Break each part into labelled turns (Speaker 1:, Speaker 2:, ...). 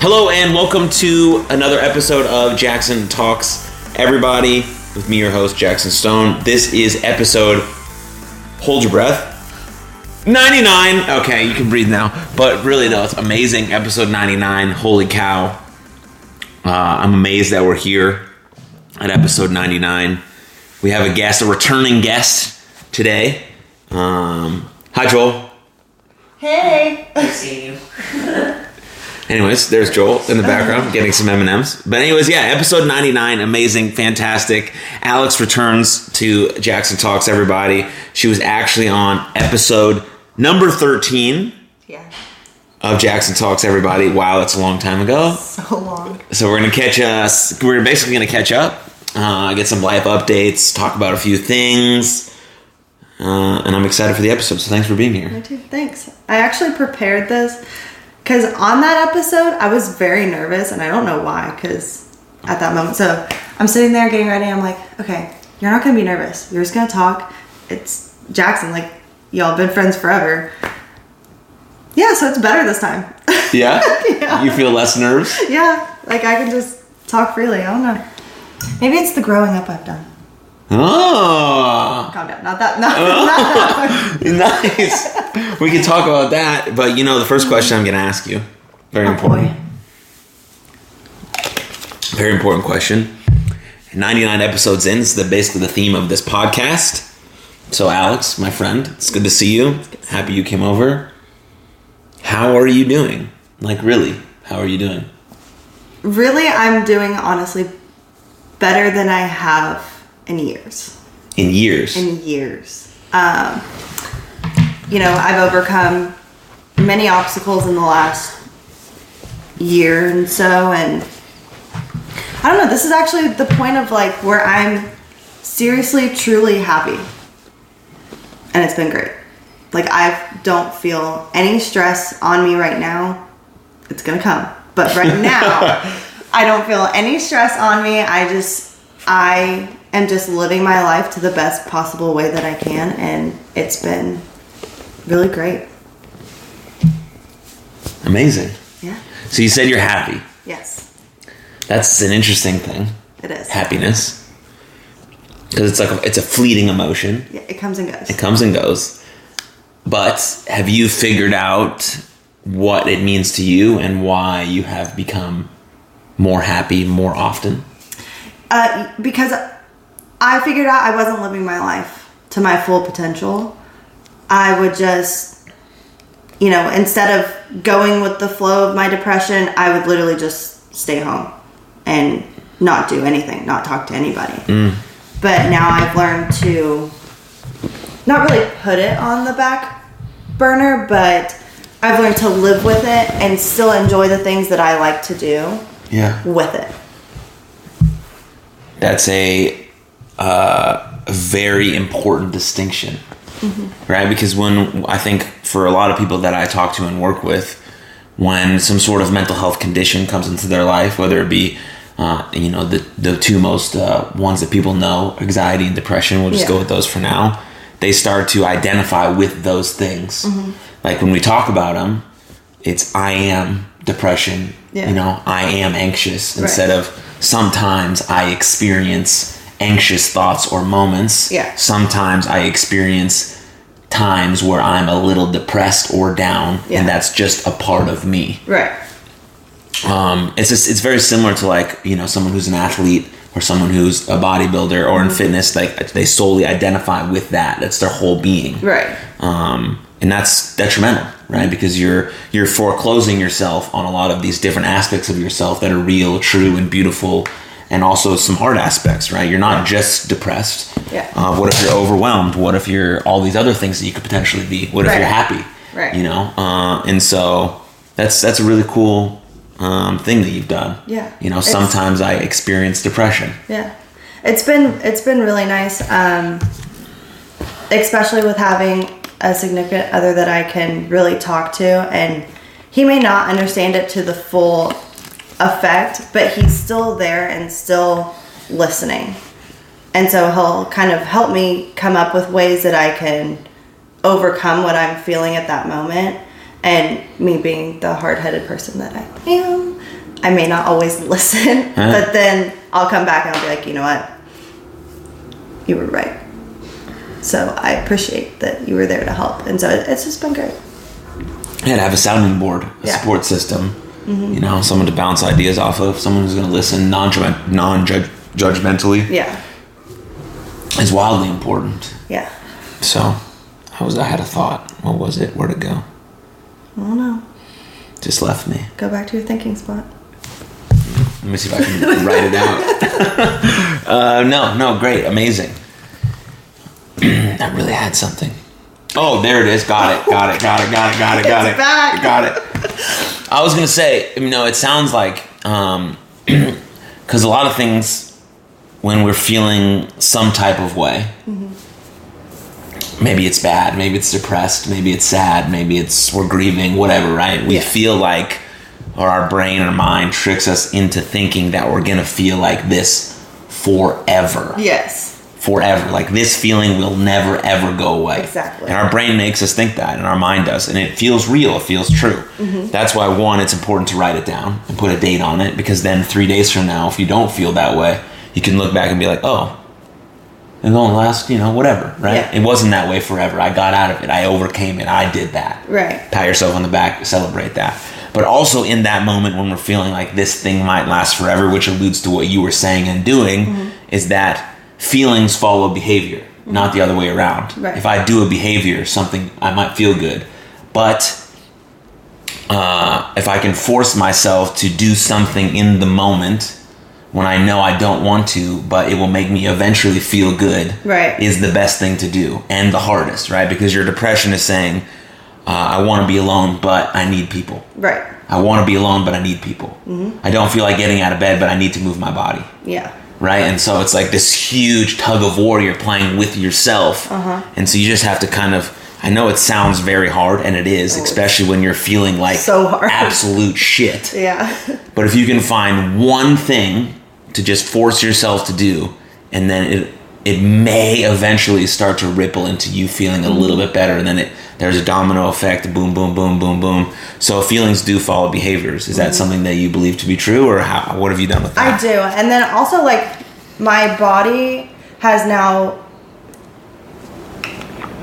Speaker 1: Hello and welcome to another episode of Jackson Talks, everybody. With me, your host, Jackson Stone. This is episode, hold your breath, 99. Okay, you can breathe now. But really, though, it's amazing. Episode 99. Holy cow. Uh, I'm amazed that we're here at episode 99. We have a guest, a returning guest today. Um, hi, Joel.
Speaker 2: Hey.
Speaker 3: seeing you.
Speaker 1: Anyways, there's Joel in the background getting some M and M's. But anyways, yeah, episode 99, amazing, fantastic. Alex returns to Jackson Talks. Everybody, she was actually on episode number 13
Speaker 2: Yeah.
Speaker 1: of Jackson Talks. Everybody, wow, that's a long time ago.
Speaker 2: So long.
Speaker 1: So we're gonna catch us. We're basically gonna catch up, uh, get some live updates, talk about a few things, uh, and I'm excited for the episode. So thanks for being here.
Speaker 2: Me too. Thanks. I actually prepared this because on that episode I was very nervous and I don't know why because at that moment. So I'm sitting there getting ready. I'm like, okay, you're not gonna be nervous. You're just gonna talk. It's Jackson. Like y'all been friends forever. Yeah. So it's better this time.
Speaker 1: Yeah,
Speaker 2: Yeah.
Speaker 1: you feel less nerves.
Speaker 2: yeah. Like I can just talk freely. I don't know. Maybe it's the growing up I've done.
Speaker 1: Oh.
Speaker 2: Calm down. Not that. Not, not that. one.
Speaker 1: nice. We could talk about that, but you know, the first question I'm going to ask you, very
Speaker 2: Oh,
Speaker 1: important,
Speaker 2: boy.
Speaker 1: very important question. 99 episodes in is the basically the theme of this podcast. So, Alex, my friend, it's good to see you. Happy you came over. How are you doing? Like, really? How are you doing?
Speaker 2: really i'm doing honestly better than i have in years
Speaker 1: In years,
Speaker 2: in years um, you know i've overcome many obstacles in the last year and so and i don't know this is actually the point of like where i'm seriously truly happy and it's been great like i don't feel any stress on me right now it's gonna come but right now i don't feel any stress on me i just i am just living my life to the best possible way that i can and it's been really great
Speaker 1: amazing.
Speaker 2: yeah
Speaker 1: So, you said you're happy.
Speaker 2: yes
Speaker 1: That's an interesting thing.
Speaker 2: it is
Speaker 1: Happiness. Because it's like a, it's a fleeting emotion.
Speaker 2: yeah, it comes and goes
Speaker 1: It comes and goes. But have you figured out what it means to you and why you have become more happy more often?
Speaker 2: uh, because I figured out I wasn't living my life to my full potential. I would just, you know, instead of going with the flow of my depression, I would literally just stay home and not do anything, not talk to anybody. But now I've learned to not really put it on the back burner, but I've learned to live with it and still enjoy the things that I like to do
Speaker 1: Yeah.
Speaker 2: with it.
Speaker 1: That's a uh, very important distinction,
Speaker 2: Mm-hmm.
Speaker 1: right? Because when I think for a lot of people that I talk to and work with, when some sort of mental health condition comes into their life, whether it be uh, you know the the two most uh, ones that people know, anxiety and depression. We'll just
Speaker 2: Yeah.
Speaker 1: go with those for now. They start to identify with those things.
Speaker 2: Mm-hmm.
Speaker 1: Like when we talk about them, it's I am depression.
Speaker 2: Yeah.
Speaker 1: You know, I am anxious
Speaker 2: Right.
Speaker 1: instead of sometimes I experience anxious thoughts or moments.
Speaker 2: Yeah.
Speaker 1: Sometimes I experience times where I'm a little depressed or down,
Speaker 2: Yeah.
Speaker 1: and that's just a part of me.
Speaker 2: Right.
Speaker 1: Um, it's just it's very similar to like you know someone who's an athlete or someone who's a bodybuilder
Speaker 2: Mm-hmm.
Speaker 1: or in fitness. Like they solely identify with that. That's their whole being.
Speaker 2: Right.
Speaker 1: Um, and that's detrimental, right? Because you're you're foreclosing yourself on a lot of these different aspects of yourself that are real, true, and beautiful, and also some hard aspects, right? You're not just depressed.
Speaker 2: Yeah.
Speaker 1: Uh, what if you're overwhelmed? What if you're all these other things that you could potentially be? What if
Speaker 2: Right.
Speaker 1: you're happy?
Speaker 2: Right.
Speaker 1: You know, uh, and so that's that's a really cool um, thing that you've done.
Speaker 2: Yeah.
Speaker 1: You know,
Speaker 2: It's-
Speaker 1: sometimes I experience depression.
Speaker 2: Yeah, it's been it's been really nice, um, especially with having a significant other that I can really talk to, and he may not understand it to the full effect, but he's still there and still listening, and so he'll kind of help me come up with ways that I can overcome what I'm feeling at that moment. And me being the hard headed person that I am, I may not always listen,
Speaker 1: Huh?
Speaker 2: but then I'll come back and I'll be like, you know what? You were right. So I appreciate that you were there to help. And so it- it's just been great.
Speaker 1: Yeah, to have a sounding board, a
Speaker 2: Yeah.
Speaker 1: support system. You know, someone to bounce ideas off of, someone who's going to listen non non judgmentally
Speaker 2: Yeah.
Speaker 1: is wildly important.
Speaker 2: Yeah.
Speaker 1: So, I was I had a thought. What was it? Where'd it go?
Speaker 2: I don't know.
Speaker 1: Just left me.
Speaker 2: Go back to your thinking spot.
Speaker 1: Let me see if I can write it out. uh, no, no, great, amazing. I really had something. Oh, there it is. Got it. Got it. Got it. Got it. Got it. Got
Speaker 2: It's
Speaker 1: it.
Speaker 2: back.
Speaker 1: Got it. I was gonna say, you know, it sounds like because a lot of things when we're feeling some type of way. Maybe it's bad, maybe it's depressed, maybe it's sad, maybe it's we're grieving, whatever, right? We
Speaker 2: Yeah.
Speaker 1: feel like or our brain or mind tricks us into thinking that we're going to feel like this forever.
Speaker 2: Yes.
Speaker 1: Forever. Like this feeling will never ever go away.
Speaker 2: Exactly.
Speaker 1: And our brain makes us think that and our mind does and it feels real, it feels true.
Speaker 2: Mm-hmm.
Speaker 1: That's why one it's important to write it down and put a date on it because then 3 days from now if you don't feel that way, you can look back and be like, "Oh, it only last, you know, whatever, right?
Speaker 2: Yeah.
Speaker 1: It wasn't that way forever. I got out of it. I overcame it. I did that.
Speaker 2: Right.
Speaker 1: Pat yourself on the back, celebrate that. But also in that moment when we're feeling like this thing might last forever, which alludes to what you were saying and doing,
Speaker 2: Mm-hmm.
Speaker 1: is that feelings follow behavior, not the other way around.
Speaker 2: Right.
Speaker 1: If I do a behavior, something I might feel good, but uh, if I can force myself to do something in the moment when I know I don't want to, but it will make me eventually feel good,
Speaker 2: Right.
Speaker 1: is the best thing to do and the hardest, right? Because your depression is saying, uh, I want to be alone, but I need people.
Speaker 2: Right.
Speaker 1: I want to be alone, but I need people.
Speaker 2: Mm-hmm.
Speaker 1: I don't feel like getting out of bed, but I need to move my body
Speaker 2: Yeah.
Speaker 1: right? And so it's like this huge tug of war you're playing with yourself,
Speaker 2: Uh-huh.
Speaker 1: and so you just have to kind of. I know it sounds very hard, and it is,
Speaker 2: Oh, it's
Speaker 1: especially when you're feeling like
Speaker 2: so hard.
Speaker 1: absolute shit.
Speaker 2: Yeah.
Speaker 1: But if you can find one thing to just force yourself to do, and then it it may eventually start to ripple into you feeling a little bit better, and then it there's a domino effect. Boom, boom, boom, boom, boom. So feelings do follow behaviors. Is that something that you believe to be true, or how, what have you done with
Speaker 2: I
Speaker 1: that?
Speaker 2: do. And then also, like, my body has now,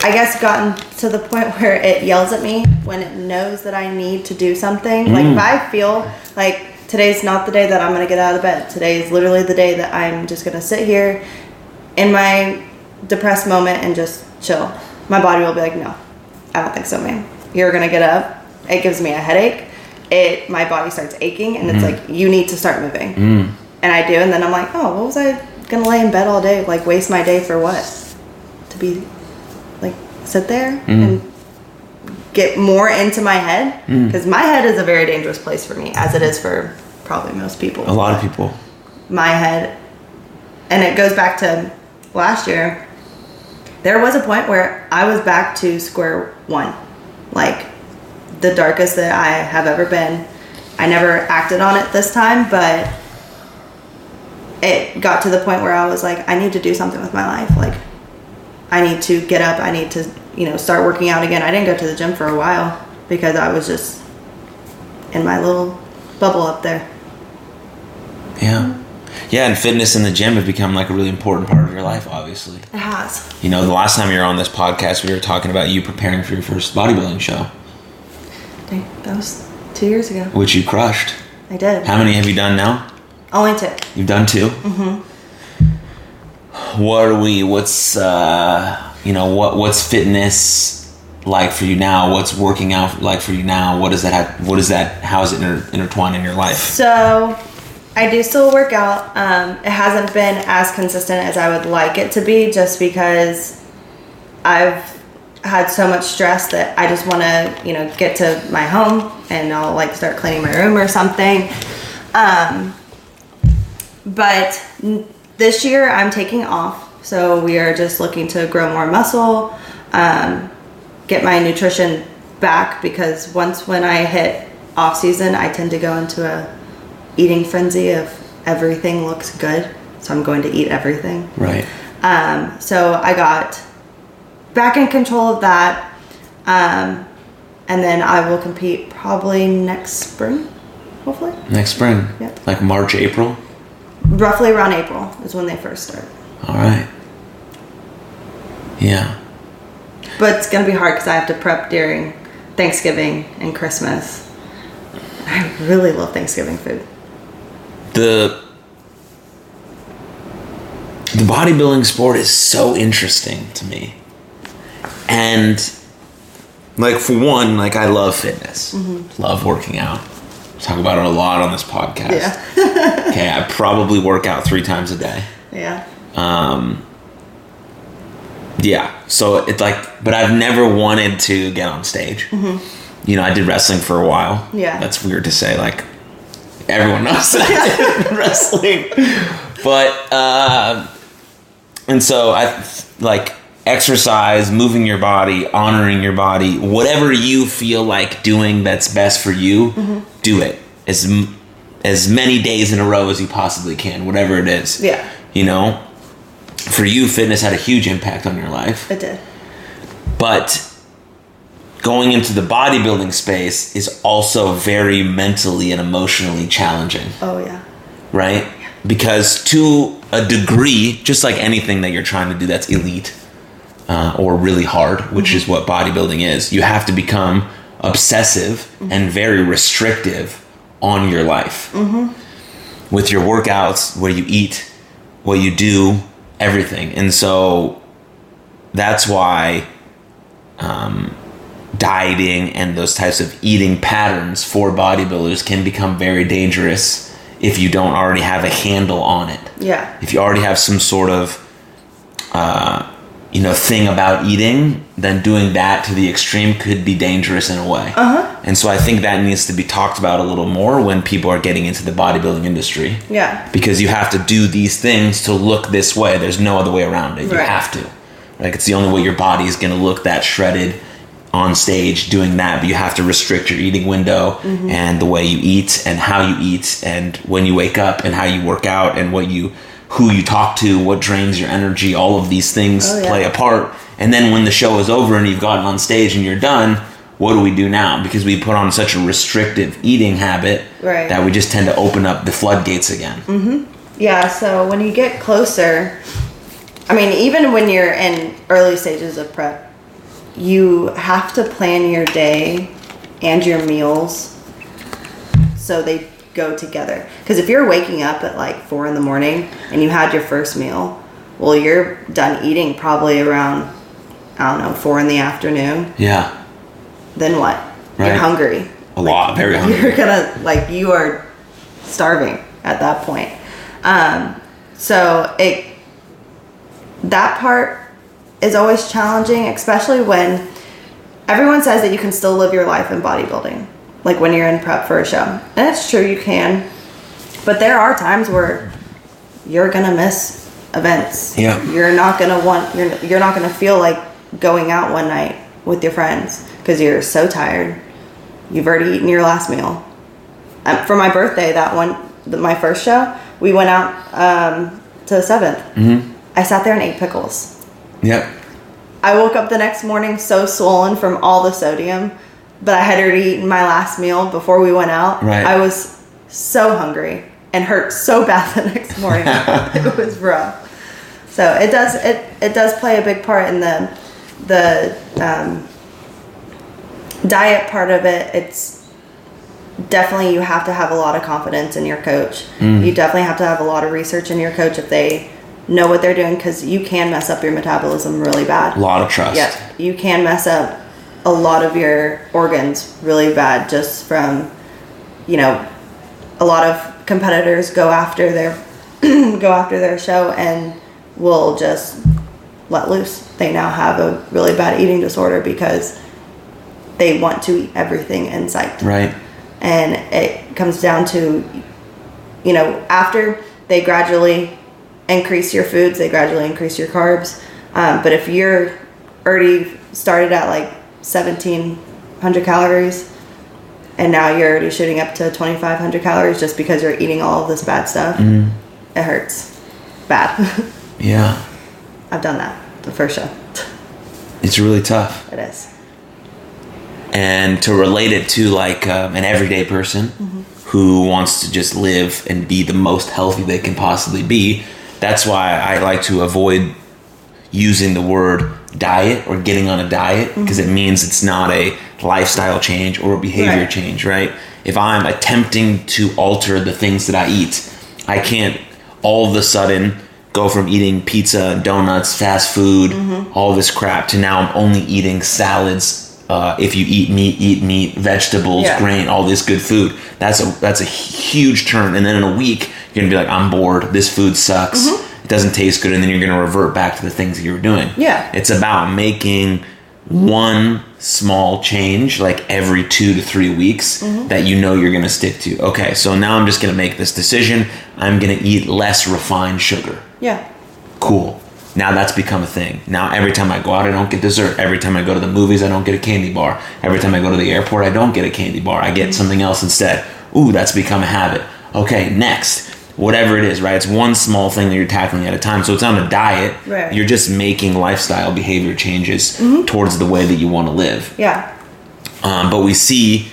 Speaker 2: I guess, gotten to the point where it yells at me when it knows that I need to do something. Like, if I feel like today's not the day that I'm going to get out of bed, today is literally the day that I'm just going to sit here in my depressed moment and just chill, my body will be like, no, I don't think so, man. You're gonna get up. It gives me a headache. It my body starts aching, and it's like you need to start moving. And I do, and then I'm like, oh, what was I gonna lay in bed all day? Like waste my day for what? To be like sit there and get more into my head because my head is a very dangerous place for me, as it is for probably most people
Speaker 1: a lot of people.
Speaker 2: my head. And it goes back to last year. There was a point where I was back to square one. Like the darkest that I have ever been. I never acted on it this time, but it got to the point where I was like, I need to do something with my life. Like, I need to get up. I need to, you know, start working out again. I didn't go to the gym for a while because I was just in my little bubble up there.
Speaker 1: Yeah. Yeah, and fitness in the gym have become like a really important part of your life, obviously.
Speaker 2: It has.
Speaker 1: You know, the last time you were on this podcast, we were talking about you preparing for your first bodybuilding show,
Speaker 2: Dang, that was two years ago.
Speaker 1: which you crushed.
Speaker 2: I did.
Speaker 1: How many have you done now?
Speaker 2: Only two.
Speaker 1: You've done 2 Mm-hmm. What are we? What's uh, you know what what's fitness like for you now? What's working out like for you now? What does that have, what is that? How is it inter- intertwined in your life?
Speaker 2: So I do still work out. Um, it hasn't been as consistent as I would like it to be just because I've had so much stress that I just want to, you know, get to my home and I'll like start cleaning my room or something. Um, but n- this year I'm taking off. So we are just looking to grow more muscle, um, get my nutrition back because once when I hit off season, I tend to go into a eating frenzy of everything looks good. So I'm going to eat everything.
Speaker 1: Right.
Speaker 2: Um, so I got back in control of that. Um, and then I will compete probably next spring. hopefully.
Speaker 1: Next spring.
Speaker 2: Yep.
Speaker 1: Like March, April.
Speaker 2: Roughly around April is when they first start.
Speaker 1: All right. Yeah.
Speaker 2: But it's gonna be hard because I have to prep during Thanksgiving and Christmas. I really love Thanksgiving food.
Speaker 1: The the bodybuilding sport is so interesting to me. And like for one, like I love fitness. Love working out. Talk about it a lot on this podcast.
Speaker 2: Yeah,
Speaker 1: Okay, I probably work out 3 times a day.
Speaker 2: yeah.
Speaker 1: Yeah. So it's like, but I've never wanted to get on stage. You know, I did wrestling for a while.
Speaker 2: Mm-hmm. Yeah.
Speaker 1: That's weird to say. Like, everyone knows that I did wrestling. But, uh, and so I like exercise, moving your body, honoring your body, whatever you feel like doing that's best for you,
Speaker 2: Mm-hmm.
Speaker 1: do it. As, m- as many days in a row as you possibly can, whatever it is.
Speaker 2: Yeah.
Speaker 1: You know, for you, fitness had a huge impact on your life.
Speaker 2: It did.
Speaker 1: But going into the bodybuilding space is also very mentally and emotionally challenging,
Speaker 2: Oh yeah.
Speaker 1: right? Because to a degree, just like anything that you're trying to do that's elite uh, or really hard, which is what bodybuilding is, you have to become obsessive and very restrictive on your life. With your workouts, what you eat, what you do, everything. And so that's why dieting and those types of eating patterns for bodybuilders can become very dangerous if you don't already have a handle on it.
Speaker 2: Yeah.
Speaker 1: If you already have some sort of, uh, you know, thing about eating, then doing that to the extreme could be dangerous in a way. Uh-huh. And so I think that needs to be talked about a little more when people are getting into the bodybuilding industry
Speaker 2: Yeah.
Speaker 1: because you have to do these things to look this way. There's no other way around it. You
Speaker 2: Right.
Speaker 1: have to. Like it's the only way your body is going to look that shredded on stage doing that. But you have to restrict your eating window
Speaker 2: Mm-hmm.
Speaker 1: and the way you eat and how you eat and when you wake up and how you work out and what you who you talk to, what drains your energy. All of these things
Speaker 2: Oh, yeah.
Speaker 1: play a part. And then when the show is over and you've gotten on stage and you're done, what do we do now? Because we put on such a restrictive eating habit
Speaker 2: Right.
Speaker 1: that we just tend to open up the floodgates again.
Speaker 2: Yeah, so when you get closer, I mean, even when you're in early stages of prep, you have to plan your day and your meals so they go together. Because if you're waking up at like four in the morning and you had your first meal, well, you're done eating probably around, I don't know, four in the afternoon.
Speaker 1: Yeah,
Speaker 2: Then what? You're
Speaker 1: Right.
Speaker 2: hungry.
Speaker 1: a lot, very hungry.
Speaker 2: you're gonna like you are starving at that point um so it that part is always challenging especially when everyone says that you can still live your life in bodybuilding like when you're in prep for a show and it's true you can but there are times where you're gonna miss events
Speaker 1: Yeah.
Speaker 2: you're not gonna want you're, you're not gonna feel like going out one night with your friends because you're so tired you've already eaten your last meal. Um, for my birthday, that one, the, my first show, we went out um, to the 7th I sat there and ate pickles.
Speaker 1: Yep.
Speaker 2: I woke up the next morning so swollen from all the sodium, but I had already eaten my last meal before we went out.
Speaker 1: Right.
Speaker 2: I was so hungry and hurt so bad the next morning. it was rough. So it does it, it does play a big part in the the um, diet part of it. It's definitely you have to have a lot of confidence in your coach. You definitely have to have a lot of research in your coach if they know what they're doing because you can mess up your metabolism really bad.
Speaker 1: A lot of trust.
Speaker 2: Yep, you can mess up a lot of your organs really bad just from, you know, a lot of competitors go after their go after their show and will just let loose. They now have a really bad eating disorder because they want to eat everything in sight
Speaker 1: Right.
Speaker 2: and it comes down to you know after they gradually increase your foods they gradually increase your carbs um, but if you're already started at like 1700 calories and now you're already shooting up to 2500 calories just because you're eating all of this bad stuff it hurts bad
Speaker 1: Yeah.
Speaker 2: i've done that the first show
Speaker 1: It's really tough.
Speaker 2: it is
Speaker 1: And to relate it to like um, an everyday person who wants to just live and be the most healthy they can possibly be. That's why I like to avoid using the word diet or getting on a diet because it means it's not a lifestyle change or a behavior
Speaker 2: Right.
Speaker 1: change, right? If I'm attempting to alter the things that I eat, I can't all of a sudden go from eating pizza and donuts, fast food, all this crap to now I'm only eating salads. Uh, if you eat meat, eat meat, vegetables,
Speaker 2: Yeah.
Speaker 1: grain, all this good food. That's a that's a huge turn. And then in a week, you're gonna be like, I'm bored. This food sucks. It doesn't taste good. And then you're gonna revert back to the things that you were doing.
Speaker 2: Yeah.
Speaker 1: It's about making one small change like every two to three weeks that you know you're gonna stick to. Okay, so now I'm just gonna make this decision. I'm gonna eat less refined sugar.
Speaker 2: Yeah.
Speaker 1: Cool. Now that's become a thing. Now every time I go out, I don't get dessert. Every time I go to the movies, I don't get a candy bar. Every time I go to the airport, I don't get a candy bar. I get something else instead. Ooh, that's become a habit. Okay, next. Whatever it is, right? It's one small thing that you're tackling at a time. So it's not a diet.
Speaker 2: Right.
Speaker 1: You're just making lifestyle behavior changes towards the way that you want to live.
Speaker 2: Yeah.
Speaker 1: Um, but we see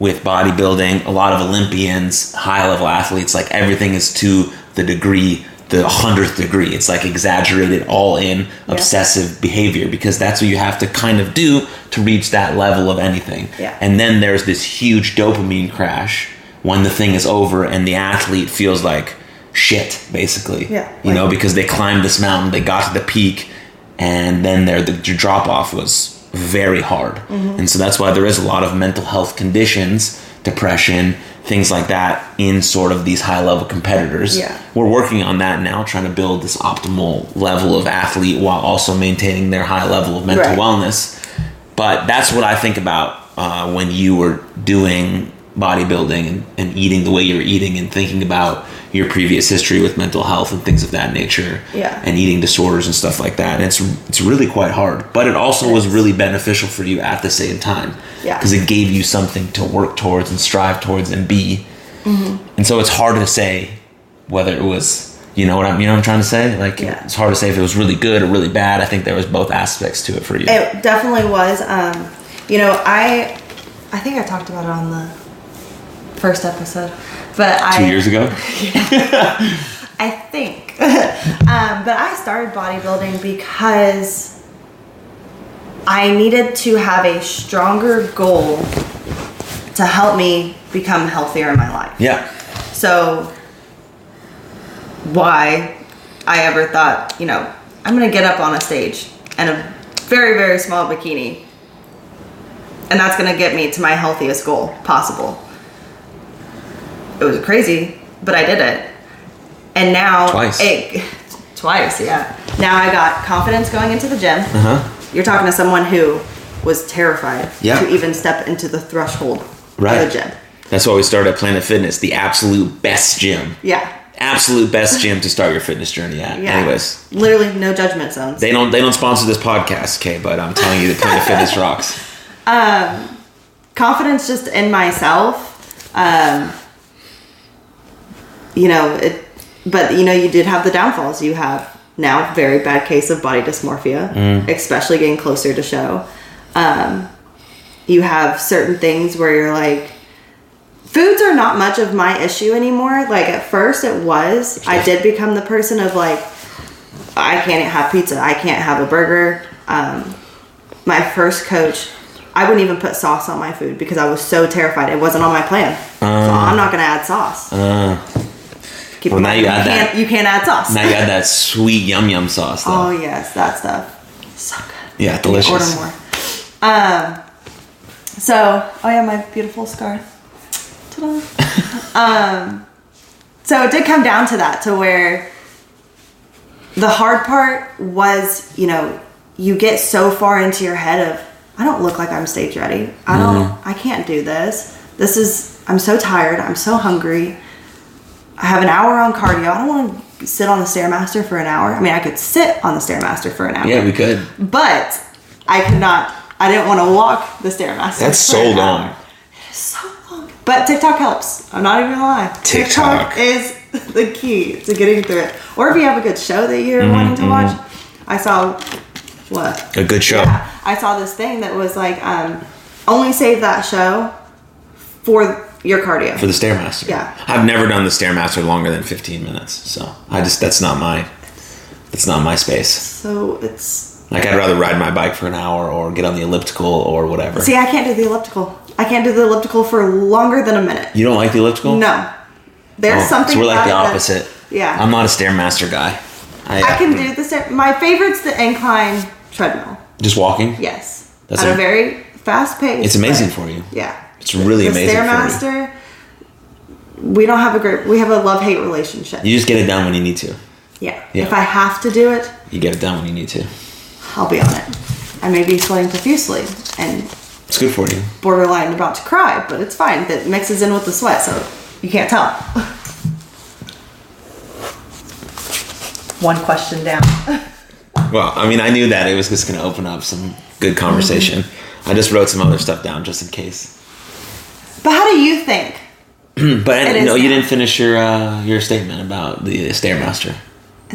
Speaker 1: with bodybuilding, a lot of Olympians, high level athletes, like everything is to the degree, the hundredth degree. It's like exaggerated, all in, obsessive behavior because that's what you have to kind of do to reach that level of anything.
Speaker 2: Yeah.
Speaker 1: And then there's this huge dopamine crash when the thing is over and the athlete feels like shit, basically.
Speaker 2: Yeah.
Speaker 1: You know, because they climbed this mountain, they got to the peak, and then there the drop off was very hard.
Speaker 2: Mm-hmm.
Speaker 1: And so that's why there is a lot of mental health conditions, depression, things like that in sort of these high level competitors.
Speaker 2: Yeah.
Speaker 1: We're working on that now, trying to build this optimal level of athlete while also maintaining their high level of mental
Speaker 2: Right.
Speaker 1: wellness. But that's what I think about uh, when you were doing bodybuilding and, and eating the way you were eating and thinking about your previous history with mental health and things of that nature
Speaker 2: Yeah.
Speaker 1: and eating disorders and stuff like that. And it's it's really quite hard, but it also was really beneficial for you at the same time
Speaker 2: Yeah.
Speaker 1: because it gave you something to work towards and strive towards and be.
Speaker 2: Mm-hmm.
Speaker 1: And so it's hard to say whether it was you know what I'm you know what I'm trying to say like
Speaker 2: Yeah.
Speaker 1: it's hard to say if it was really good or really bad. I think there was both aspects to it for you.
Speaker 2: It definitely was. Um, you know, I I think I talked about it on the first episode, but I
Speaker 1: Two years ago.
Speaker 2: I think. um, but I started bodybuilding because I needed to have a stronger goal to help me become healthier in my life.
Speaker 1: Yeah.
Speaker 2: So, why I ever thought, you know, I'm gonna get up on a stage in a very, very small bikini, and that's gonna get me to my healthiest goal possible. It was crazy, but I did it. And now,
Speaker 1: Twice.
Speaker 2: It, twice, yeah. Now I got confidence going into the gym.
Speaker 1: Uh huh.
Speaker 2: You're talking to someone who was terrified
Speaker 1: Yeah.
Speaker 2: to even step into the threshold
Speaker 1: Right.
Speaker 2: of the gym.
Speaker 1: That's why we started at Planet Fitness, the absolute best gym.
Speaker 2: Yeah.
Speaker 1: Absolute best gym to start your fitness journey at.
Speaker 2: Yeah.
Speaker 1: Anyways.
Speaker 2: Literally no judgment zones.
Speaker 1: They don't they don't sponsor this podcast, okay, but I'm telling you the Planet Fitness rocks.
Speaker 2: Confidence just in myself. Um, you know, it, but you know, you did have the downfalls. You have now very bad case of body dysmorphia,
Speaker 1: Mm.
Speaker 2: especially getting closer to show. Um, you have certain things where you're like, foods are not much of my issue anymore. Like at first it was. I did become the person of like, I can't have pizza. I can't have a burger. Um, my first coach, I wouldn't even put sauce on my food because I was so terrified. It wasn't on my plan. so I'm not going to add sauce. Keep
Speaker 1: Uh. Well,
Speaker 2: in
Speaker 1: now
Speaker 2: mind,
Speaker 1: you add that.
Speaker 2: Can't, you can't add sauce.
Speaker 1: Now you got that sweet yum yum sauce
Speaker 2: oh,
Speaker 1: though.
Speaker 2: yes, that stuff. So good.
Speaker 1: yeah, delicious.
Speaker 2: Oh, Order more. Um, so, oh yeah, my beautiful scarf. Ta-da. um, so it did come down to that, to where the hard part was, you know, you get so far into your head of, I don't look like I'm stage ready. I don't, I can't do this. This is, I'm so tired. I'm so hungry. I have an hour on cardio. I don't want to sit on the Stairmaster for an hour. I mean, I could sit on the Stairmaster for an hour
Speaker 1: Yeah, we could.
Speaker 2: but I could not. I didn't want to walk the stairmaster.
Speaker 1: That's
Speaker 2: for
Speaker 1: so
Speaker 2: an hour.
Speaker 1: long.
Speaker 2: So long. But TikTok helps. I'm not even gonna lie.
Speaker 1: TikTok.
Speaker 2: is the key to getting through it. Or if you have a good show that you're wanting
Speaker 1: Mm-hmm,
Speaker 2: to watch, I saw what?
Speaker 1: A good show.
Speaker 2: Yeah, I saw this thing that was like um, only save that show for your cardio.
Speaker 1: for the stairmaster.
Speaker 2: Yeah.
Speaker 1: I've never done the stairmaster longer than 15 minutes. So I just that's not my that's not my space.
Speaker 2: so it's
Speaker 1: Like I'd rather ride my bike for an hour or get on the elliptical or whatever.
Speaker 2: see, I can't do the elliptical. I can't do the elliptical for longer than a minute.
Speaker 1: you don't like the elliptical?
Speaker 2: No, there's
Speaker 1: Oh,
Speaker 2: something.
Speaker 1: So we're like
Speaker 2: about
Speaker 1: the
Speaker 2: it that-
Speaker 1: opposite.
Speaker 2: yeah,
Speaker 1: I'm not a stairmaster guy. uh,
Speaker 2: I can do the same. My favorite's the incline treadmill.
Speaker 1: just walking.
Speaker 2: Yes,
Speaker 1: That's
Speaker 2: at a,
Speaker 1: a-
Speaker 2: very fast pace.
Speaker 1: It's amazing
Speaker 2: but-
Speaker 1: for you.
Speaker 2: Yeah,
Speaker 1: It's really
Speaker 2: the
Speaker 1: amazing for you.
Speaker 2: Stairmaster. We don't have a great. We have a love hate relationship.
Speaker 1: You just get it done when you need to.
Speaker 2: Yeah.
Speaker 1: Yeah.
Speaker 2: If I have to do it,
Speaker 1: You get it done when you need to.
Speaker 2: I'll be on it. I may be sweating profusely and
Speaker 1: It's good for you.
Speaker 2: borderline about to cry, but it's fine. That mixes in with the sweat, so you can't tell. One question down.
Speaker 1: Well, I mean, I knew that it was just going to open up some
Speaker 2: Mm-hmm.
Speaker 1: good conversation. I just wrote some other stuff down just in case.
Speaker 2: But how do you think?
Speaker 1: But
Speaker 2: It is
Speaker 1: no, you
Speaker 2: now.
Speaker 1: didn't finish your uh, your statement about the stairmaster,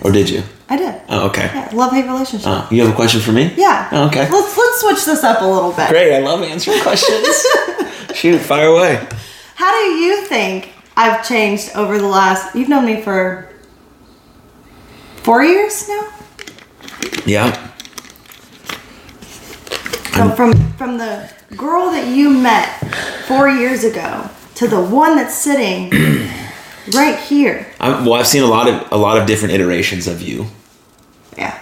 Speaker 1: or did you?
Speaker 2: I did.
Speaker 1: Oh, okay.
Speaker 2: Yeah, love hate relationship.
Speaker 1: Oh, you have a question for me?
Speaker 2: yeah.
Speaker 1: Oh, okay.
Speaker 2: Let's let's switch this up a little bit.
Speaker 1: Great. I love answering questions. Shoot, fire away.
Speaker 2: How do you think I've changed over the last? You've known me for four years now.
Speaker 1: Yeah.
Speaker 2: So from from the girl that you met four years ago to the one that's sitting right here.
Speaker 1: I'm, well, I've seen a lot of a lot of different iterations of you.
Speaker 2: Yeah.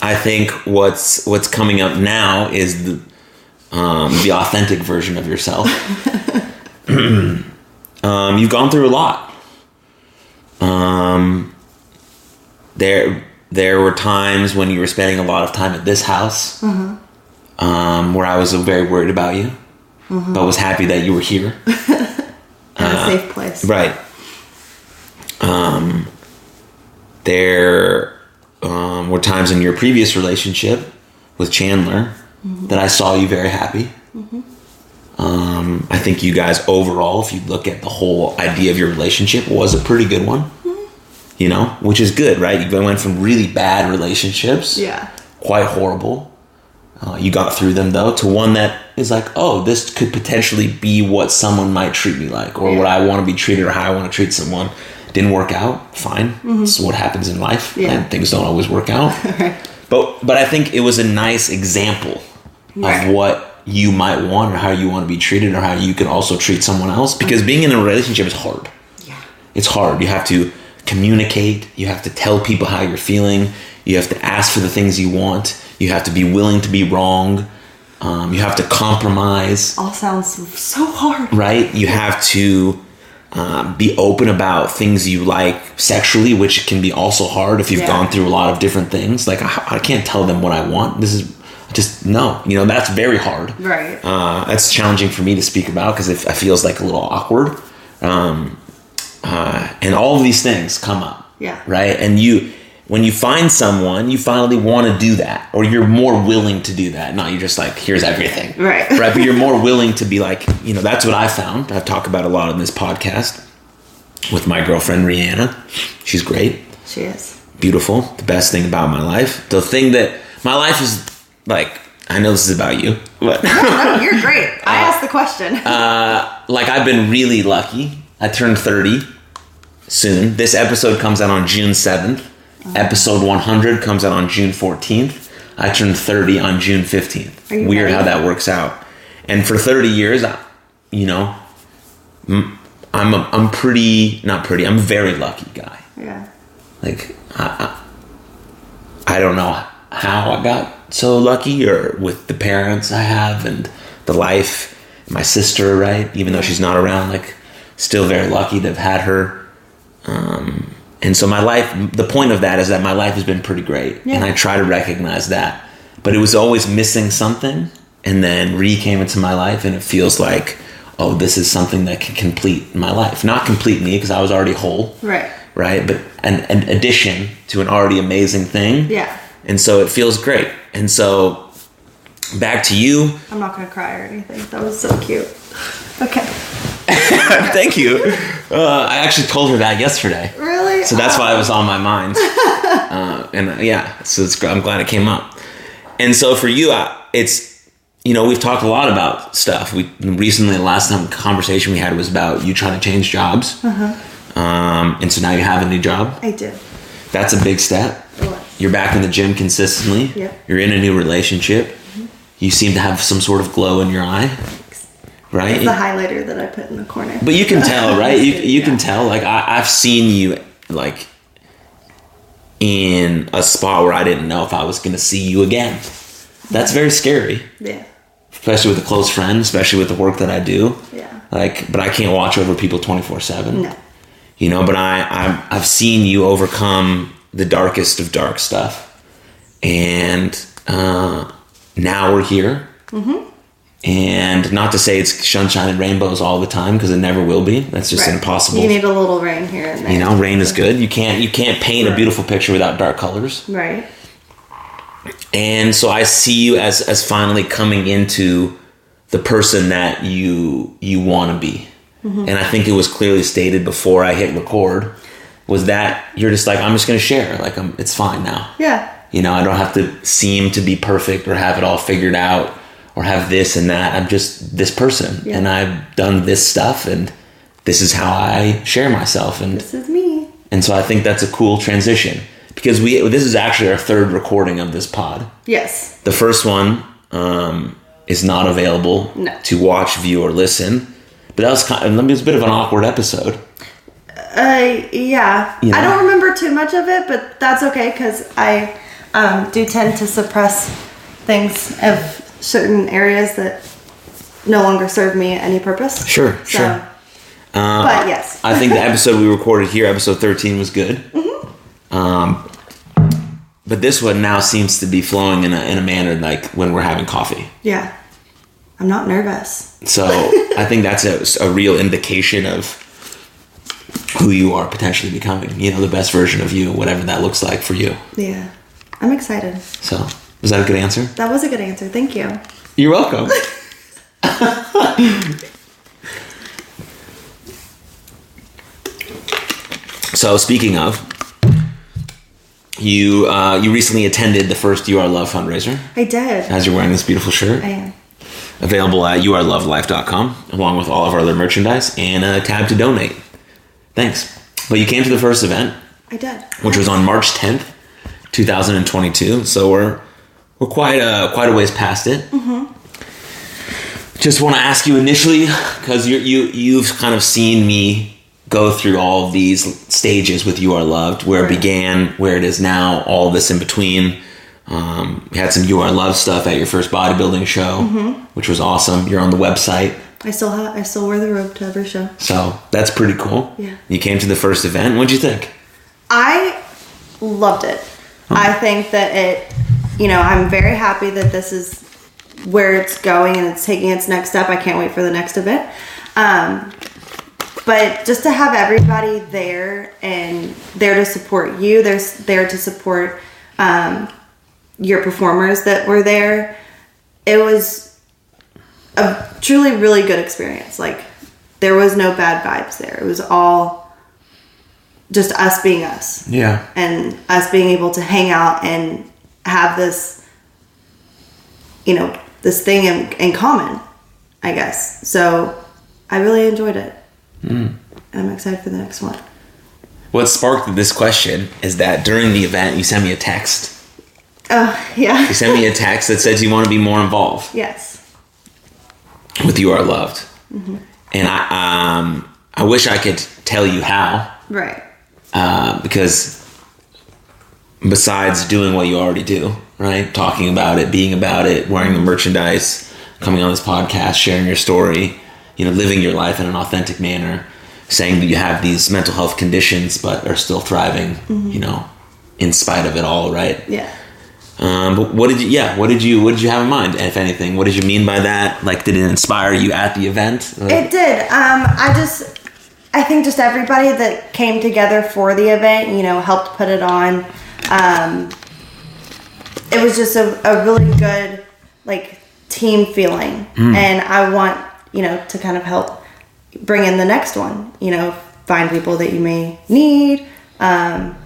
Speaker 1: I think what's what's coming up now is the um, the authentic version of yourself. um, you've gone through a lot. Um, there there were times when you were spending a lot of time at this house, um, where I was very worried about you, but was happy that you were here.
Speaker 2: In a safe place.
Speaker 1: Uh, Right. Um, there um, were times in your previous relationship with Chandler that I saw you very happy. Um, I think you guys overall, if you look at the whole idea of your relationship, was a pretty good one. You know, which is good, right? You went from really bad relationships
Speaker 2: Yeah.
Speaker 1: quite horrible. Uh, you got through them though to one that is like, oh, this could potentially be what someone might treat me like, or what
Speaker 2: Yeah.
Speaker 1: I want to be treated, or how I want to treat someone. Didn't work out. Fine. This is what happens in life,
Speaker 2: Mm-hmm. Yeah.
Speaker 1: and things don't always work out. But but I think it was a nice example
Speaker 2: Right.
Speaker 1: of what you might want, or how you want to be treated, or how you can also treat someone else. Because being in a relationship is hard
Speaker 2: Yeah.
Speaker 1: it's hard. You have to communicate, you have to tell people how you're feeling, you have to ask for the things you want, you have to be willing to be wrong, um, you have to compromise,
Speaker 2: All sounds so hard.
Speaker 1: right? You have to um, be open about things you like sexually, which can be also hard if you've
Speaker 2: Yeah.
Speaker 1: gone through a lot of different things. Like, I, I can't tell them what I want. This is just no, you know, that's very hard
Speaker 2: Right.
Speaker 1: uh, that's challenging for me to speak about because it, it feels like a little awkward. Um, uh, and all of these things come up.
Speaker 2: Yeah.
Speaker 1: Right. And you, when you find someone, you finally want to do that, or you're more willing to do that. Not you're just like, here's everything.
Speaker 2: Right.
Speaker 1: Right. But you're more willing to be like, you know, that's what I found. I've talked about a lot on this podcast with my girlfriend, Rihanna. She's great
Speaker 2: she is.
Speaker 1: beautiful, the best thing about my life. The thing that my life is like, I know this is about you, but
Speaker 2: No, you're great. I
Speaker 1: Uh,
Speaker 2: asked the question.
Speaker 1: like I've been really lucky. I turned 30 soon. This episode comes out on June 7th.
Speaker 2: Oh.
Speaker 1: Episode 100 comes out on June 14th. I turned 30 on June 15th.
Speaker 2: Are you
Speaker 1: Weird
Speaker 2: ready?
Speaker 1: how that works out. And for 30 years, I, you know, m- I'm a, I'm pretty not pretty. I'm a very lucky guy.
Speaker 2: yeah.
Speaker 1: like I, I, I don't know how I got so lucky or with the parents I have and the life my sister right even though she's not around like still very lucky to have had her um, and so my life the point of that is that my life has been pretty great and
Speaker 2: Yeah.
Speaker 1: I try to recognize that but it was always missing something and then re came into my life and it feels like oh this is something that can complete my life not complete me because I was already whole
Speaker 2: Right.
Speaker 1: right? But an, an addition to an already amazing thing.
Speaker 2: Yeah.
Speaker 1: And so it feels great. And so back to you.
Speaker 2: I'm not gonna cry or anything. That was so cute. Okay.
Speaker 1: Thank you. Uh, I actually told her that yesterday.
Speaker 2: Really?
Speaker 1: So that's
Speaker 2: Oh.
Speaker 1: why it was on my mind. Uh, and uh, yeah, so it's, gr- I'm glad it came up. And so for you, I, it's you know, we've talked a lot about stuff. We recently, the last time conversation we had was about you trying to change jobs,
Speaker 2: Uh-huh.
Speaker 1: um, and so now you have a new job.
Speaker 2: I did.
Speaker 1: That's a big step.
Speaker 2: It was.
Speaker 1: You're back in the gym consistently.
Speaker 2: Yep. Mm-hmm.
Speaker 1: You're in a new relationship. You seem to have some sort of glow in your eye, right?
Speaker 2: It's the highlighter that I put in the corner.
Speaker 1: But you can tell, right? You you
Speaker 2: Yeah.
Speaker 1: can tell. Like I, I've seen you like in a spot where I didn't know if I was gonna see you again. That's very scary,
Speaker 2: Yeah.
Speaker 1: especially with a close friend, especially with the work that I do.
Speaker 2: Yeah.
Speaker 1: Like, but I can't watch over people twenty four seven.
Speaker 2: No.
Speaker 1: You know, but I I've, I've seen you overcome the darkest of dark stuff, and uh, now we're here.
Speaker 2: Mm-hmm.
Speaker 1: And not to say it's sunshine and rainbows all the time because it never will be. That's just
Speaker 2: Right.
Speaker 1: impossible.
Speaker 2: You need a little rain here and there.
Speaker 1: You know, rain is good. You can't you can't paint a beautiful picture without dark colors.
Speaker 2: Right.
Speaker 1: And so I see you as as finally coming into the person that you you want to be.
Speaker 2: Mm-hmm.
Speaker 1: And I think it was clearly stated before I hit record was that you're just like I'm just going to share. Like I'm it's fine now.
Speaker 2: Yeah.
Speaker 1: You know, I don't have to seem to be perfect or have it all figured out or have this and that. I'm just this person
Speaker 2: Yeah.
Speaker 1: and I've done this stuff and this is how I share myself and
Speaker 2: This is me.
Speaker 1: and so I think that's a cool transition because we this is actually our third recording of this pod.
Speaker 2: Yes.
Speaker 1: The first one um, is not available
Speaker 2: No.
Speaker 1: to watch, view, or listen. But that was kind of, it was a bit of an awkward episode.
Speaker 2: Uh, yeah.
Speaker 1: You
Speaker 2: I
Speaker 1: know.
Speaker 2: don't remember too much of it, but that's okay because I um, do tend to suppress things of certain areas that no longer serve me any purpose.
Speaker 1: Sure, sure. Uh,
Speaker 2: but yes.
Speaker 1: I think the episode we recorded here, episode thirteen, was good. Um, but this one now seems to be flowing in a, in a manner like when we're having coffee.
Speaker 2: yeah. I'm not nervous.
Speaker 1: So I think that's a, a real indication of who you are potentially becoming. You know, the best version of you, whatever that looks like for you.
Speaker 2: Yeah. I'm excited.
Speaker 1: So was that a good answer?
Speaker 2: That was a good answer. Thank you.
Speaker 1: You're welcome. so speaking of, you uh, you recently attended the first You Are Love fundraiser
Speaker 2: I did.
Speaker 1: as you're wearing this beautiful shirt.
Speaker 2: I am.
Speaker 1: available at youarelovelife.com along with all of our other merchandise and a tab to donate. Thanks. But you came to the first event,
Speaker 2: I did.
Speaker 1: which was on March 10th, 2022. So we're we're quite a quite a ways past it.
Speaker 2: Mm-hmm.
Speaker 1: Just want to ask you initially because you you you've kind of seen me go through all of these stages with You Are Loved, where it
Speaker 2: Right.
Speaker 1: began, where it is now, all this in between. Um, we had some You Are Loved stuff at your first bodybuilding show,
Speaker 2: Mm-hmm.
Speaker 1: which was awesome. You're on the website.
Speaker 2: I still have. I still wear the robe to every show.
Speaker 1: So that's pretty cool.
Speaker 2: Yeah.
Speaker 1: You came to the first event. What'd you think?
Speaker 2: I loved it. I think that it, you know, I'm very happy that this is where it's going and it's taking its next step. I can't wait for the next event. Um, but just to have everybody there and there to support you, they're s- there to support um, your performers that were there. It was a truly really good experience. Like there was no bad vibes there. It was all just us being us
Speaker 1: Yeah.
Speaker 2: and us being able to hang out and have this you know this thing in, in common i guess so i really enjoyed it and i'm excited for the next one
Speaker 1: What sparked this question is that during the event, you sent me a text.
Speaker 2: oh yeah
Speaker 1: You sent me a text that says you want to be more involved
Speaker 2: yes
Speaker 1: with You Are Loved. And I, um, I wish I could tell you how,
Speaker 2: right
Speaker 1: uh, because besides doing what you already do, right? Talking about it, being about it, wearing the merchandise, coming on this podcast, sharing your story, you know, living your life in an authentic manner, saying that you have these mental health conditions but are still thriving, you know, in spite of it all, right?
Speaker 2: yeah
Speaker 1: Um, but what did you? Yeah, what did you? What did you have in mind, if anything? What did you mean by that? Like, did it inspire you at the event? Uh,
Speaker 2: It did. Um, I just, I think just everybody that came together for the event, you know, helped put it on. Um, it was just a, a really good, like, team feeling. And I want, you know, to kind of help bring in the next one, you know, find people that you may need. Um,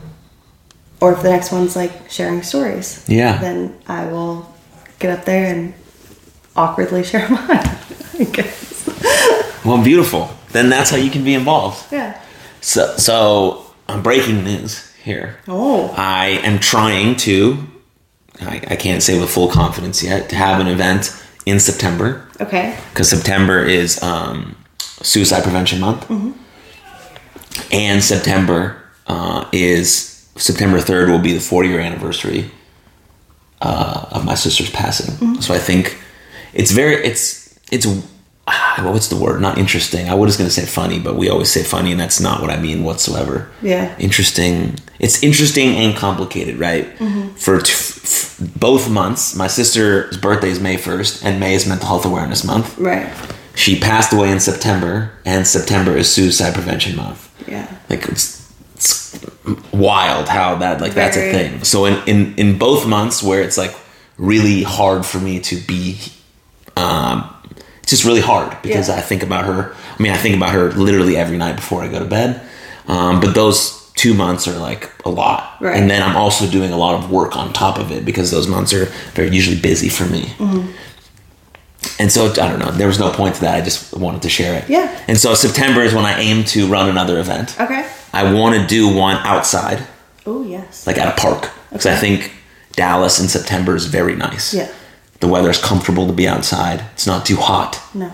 Speaker 2: or if the next one's like sharing stories,
Speaker 1: Yeah.
Speaker 2: then I will get up there and awkwardly share mine. I guess.
Speaker 1: Well, beautiful. Then that's how you can be involved.
Speaker 2: Yeah.
Speaker 1: So, so I'm breaking news here.
Speaker 2: Oh.
Speaker 1: I am trying to, I, I can't say with full confidence yet, to have an event in September
Speaker 2: Okay.
Speaker 1: because September is um, Suicide Prevention Month, and September uh, is September third will be the forty year anniversary uh, of my sister's passing. So I think it's very it's it's ah, what's the word? Not interesting. I was going to say funny, but we always say funny, and that's not what I mean whatsoever.
Speaker 2: Yeah.
Speaker 1: interesting. It's interesting and complicated, right? For t- f- both months, my sister's birthday is May first, and May is Mental Health Awareness Month.
Speaker 2: Right.
Speaker 1: She passed away in September, and September is Suicide Prevention Month.
Speaker 2: Yeah.
Speaker 1: Like it's, it's wild how that like that's a
Speaker 2: Very.
Speaker 1: thing. So in, in in both months where it's like really hard for me to be, um, it's just really hard because
Speaker 2: Yeah.
Speaker 1: I think about her. I mean, I think about her literally every night before I go to bed. Um, but those two months are like a lot,
Speaker 2: Right.
Speaker 1: and then I'm also doing a lot of work on top of it because those months are very usually busy for me.
Speaker 2: Mm-hmm.
Speaker 1: And so I don't know. There was no point to that. I just wanted to share it.
Speaker 2: Yeah.
Speaker 1: And so September is when I aim to run another event.
Speaker 2: Okay.
Speaker 1: I want to do one outside,
Speaker 2: Oh yes.
Speaker 1: like at a park, because I
Speaker 2: Okay.
Speaker 1: think Dallas in September is very nice.
Speaker 2: Yeah.
Speaker 1: The weather is comfortable to be outside. It's not too hot.
Speaker 2: no.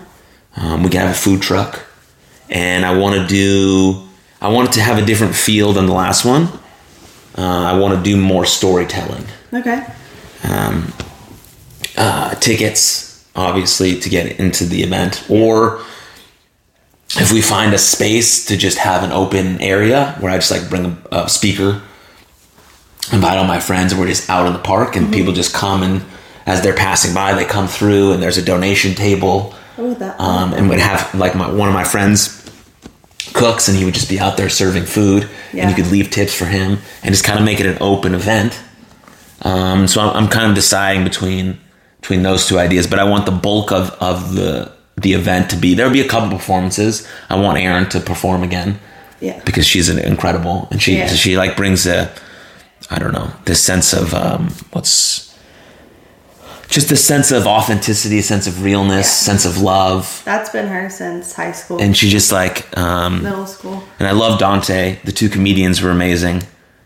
Speaker 1: Um, we can have a food truck, and I want to do. I want it to have a different feel than the last one. Uh, I want to do more storytelling.
Speaker 2: Okay.
Speaker 1: uh, tickets, obviously, to get into the event, or if we find a space to just have an open area where I just like bring a, a speaker, invite all my friends, and we're just out in the park, and people just come and as they're passing by, they come through, and there's a donation table,
Speaker 2: Oh that.
Speaker 1: um, and would have like my one of my friends cooks, and he would just be out there serving food, and
Speaker 2: Yeah.
Speaker 1: you could leave tips for him, and just kind of make it an open event. Um, so I'm, I'm kind of deciding between between those two ideas, but I want the bulk of of the the event to be there'll be a couple performances. I want Erin to perform again
Speaker 2: yeah.
Speaker 1: because she's an incredible and she
Speaker 2: Yeah.
Speaker 1: she like brings a I don't know this sense of um, what's just a sense of authenticity, a sense of realness,
Speaker 2: Yeah.
Speaker 1: sense of love,
Speaker 2: That's been her since high school,
Speaker 1: and she just like um,
Speaker 2: middle school.
Speaker 1: and I love Dante. The two comedians were amazing,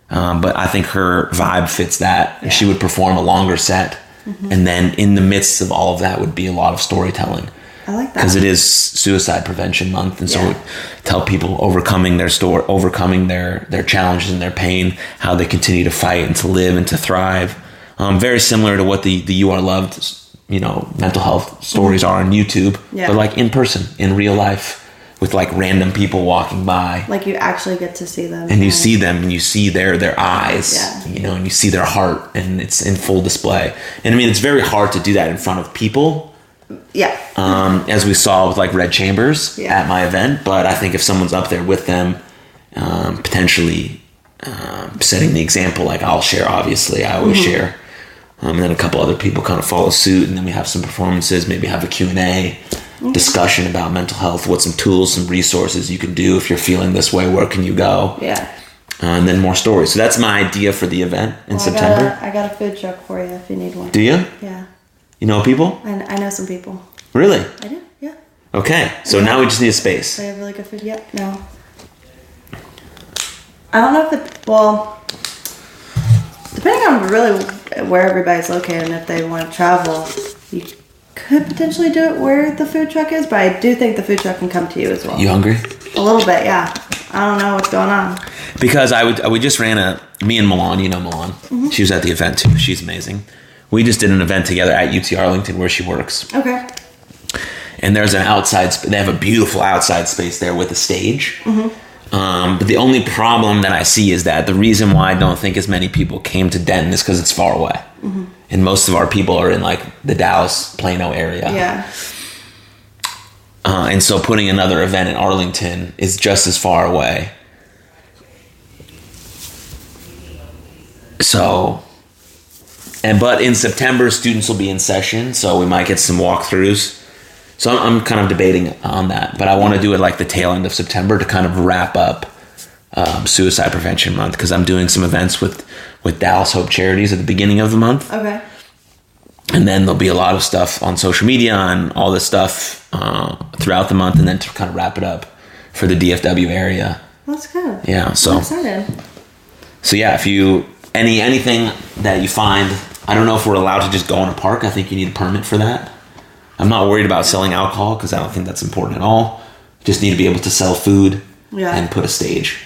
Speaker 1: um, but I think her vibe fits that. And She
Speaker 2: Yeah.
Speaker 1: would perform a longer set, and then in the midst of all of that would be a lot of storytelling
Speaker 2: I like that.
Speaker 1: because it is Suicide Prevention Month, and so
Speaker 2: Yeah.
Speaker 1: we tell people overcoming their store, overcoming their their challenges and their pain, how they continue to fight and to live and to thrive. Um, very similar to what the the You Are Loved, you know, mental health stories are on YouTube,
Speaker 2: Yeah.
Speaker 1: but like in person, in real life, with like random people walking by
Speaker 2: like you actually get to see them.
Speaker 1: and you see them and you see their their eyes
Speaker 2: Yeah.
Speaker 1: you know and you see their heart and it's in full display and i mean it's very hard to do that in front of people
Speaker 2: Yeah.
Speaker 1: um, as we saw with like red chambers
Speaker 2: Yeah.
Speaker 1: at my event but i think if someone's up there with them um, potentially um, setting the example like i'll share obviously i always
Speaker 2: Mm-hmm.
Speaker 1: share um, and then a couple other people kind of follow suit and then we have some performances maybe have a q&a
Speaker 2: Mm-hmm.
Speaker 1: discussion about mental health what some tools some resources you can do if you're feeling this way where can you go
Speaker 2: yeah.
Speaker 1: uh, and then more stories. So that's my idea for the event in
Speaker 2: Well,
Speaker 1: September.
Speaker 2: I got, a, I got a food truck for you if you need one.
Speaker 1: Do you?
Speaker 2: Yeah.
Speaker 1: You know people?
Speaker 2: I, I know some people.
Speaker 1: Really?
Speaker 2: I do. Yeah.
Speaker 1: Okay. So now we just need a space.
Speaker 2: They have really good food. Yep. No. I don't know if the well, depending on really where everybody's located and if they want to travel, you could potentially do it where the food truck is. But I do think the food truck can come to you as well.
Speaker 1: You hungry?
Speaker 2: A little bit, yeah. I don't know what's going on.
Speaker 1: Because I would, I we just ran a me and Milan. You know Milan. She was at the event too. She's amazing. We just did an event together at UT Arlington where she works,
Speaker 2: Okay.
Speaker 1: and there's an outside. sp- They have a beautiful outside space there with a stage. Um, but the only problem that I see is that the reason why I don't think as many people came to Denton is because it's far away, and most of our people are in like the Dallas Plano area.
Speaker 2: Yeah.
Speaker 1: Uh, and so putting another event in Arlington is just as far away. So, and but in September, students will be in session, so we might get some walkthroughs. So I'm, I'm kind of debating on that, but I want to do it like the tail end of September to kind of wrap up um, Suicide Prevention Month because I'm doing some events with with Dallas Hope Charities at the beginning of the month
Speaker 2: Okay.
Speaker 1: and then there'll be a lot of stuff on social media and all this stuff uh, throughout the month, and then to kind of wrap it up for the DFW area.
Speaker 2: That's good.
Speaker 1: Yeah, so
Speaker 2: I'm excited.
Speaker 1: so yeah, if you any anything that you find, I don't know if we're allowed to just go in a park. I think you need a permit for that. I'm not worried about selling alcohol because I don't think that's important at all. Just need to be able to sell food
Speaker 2: Yeah.
Speaker 1: and put a stage.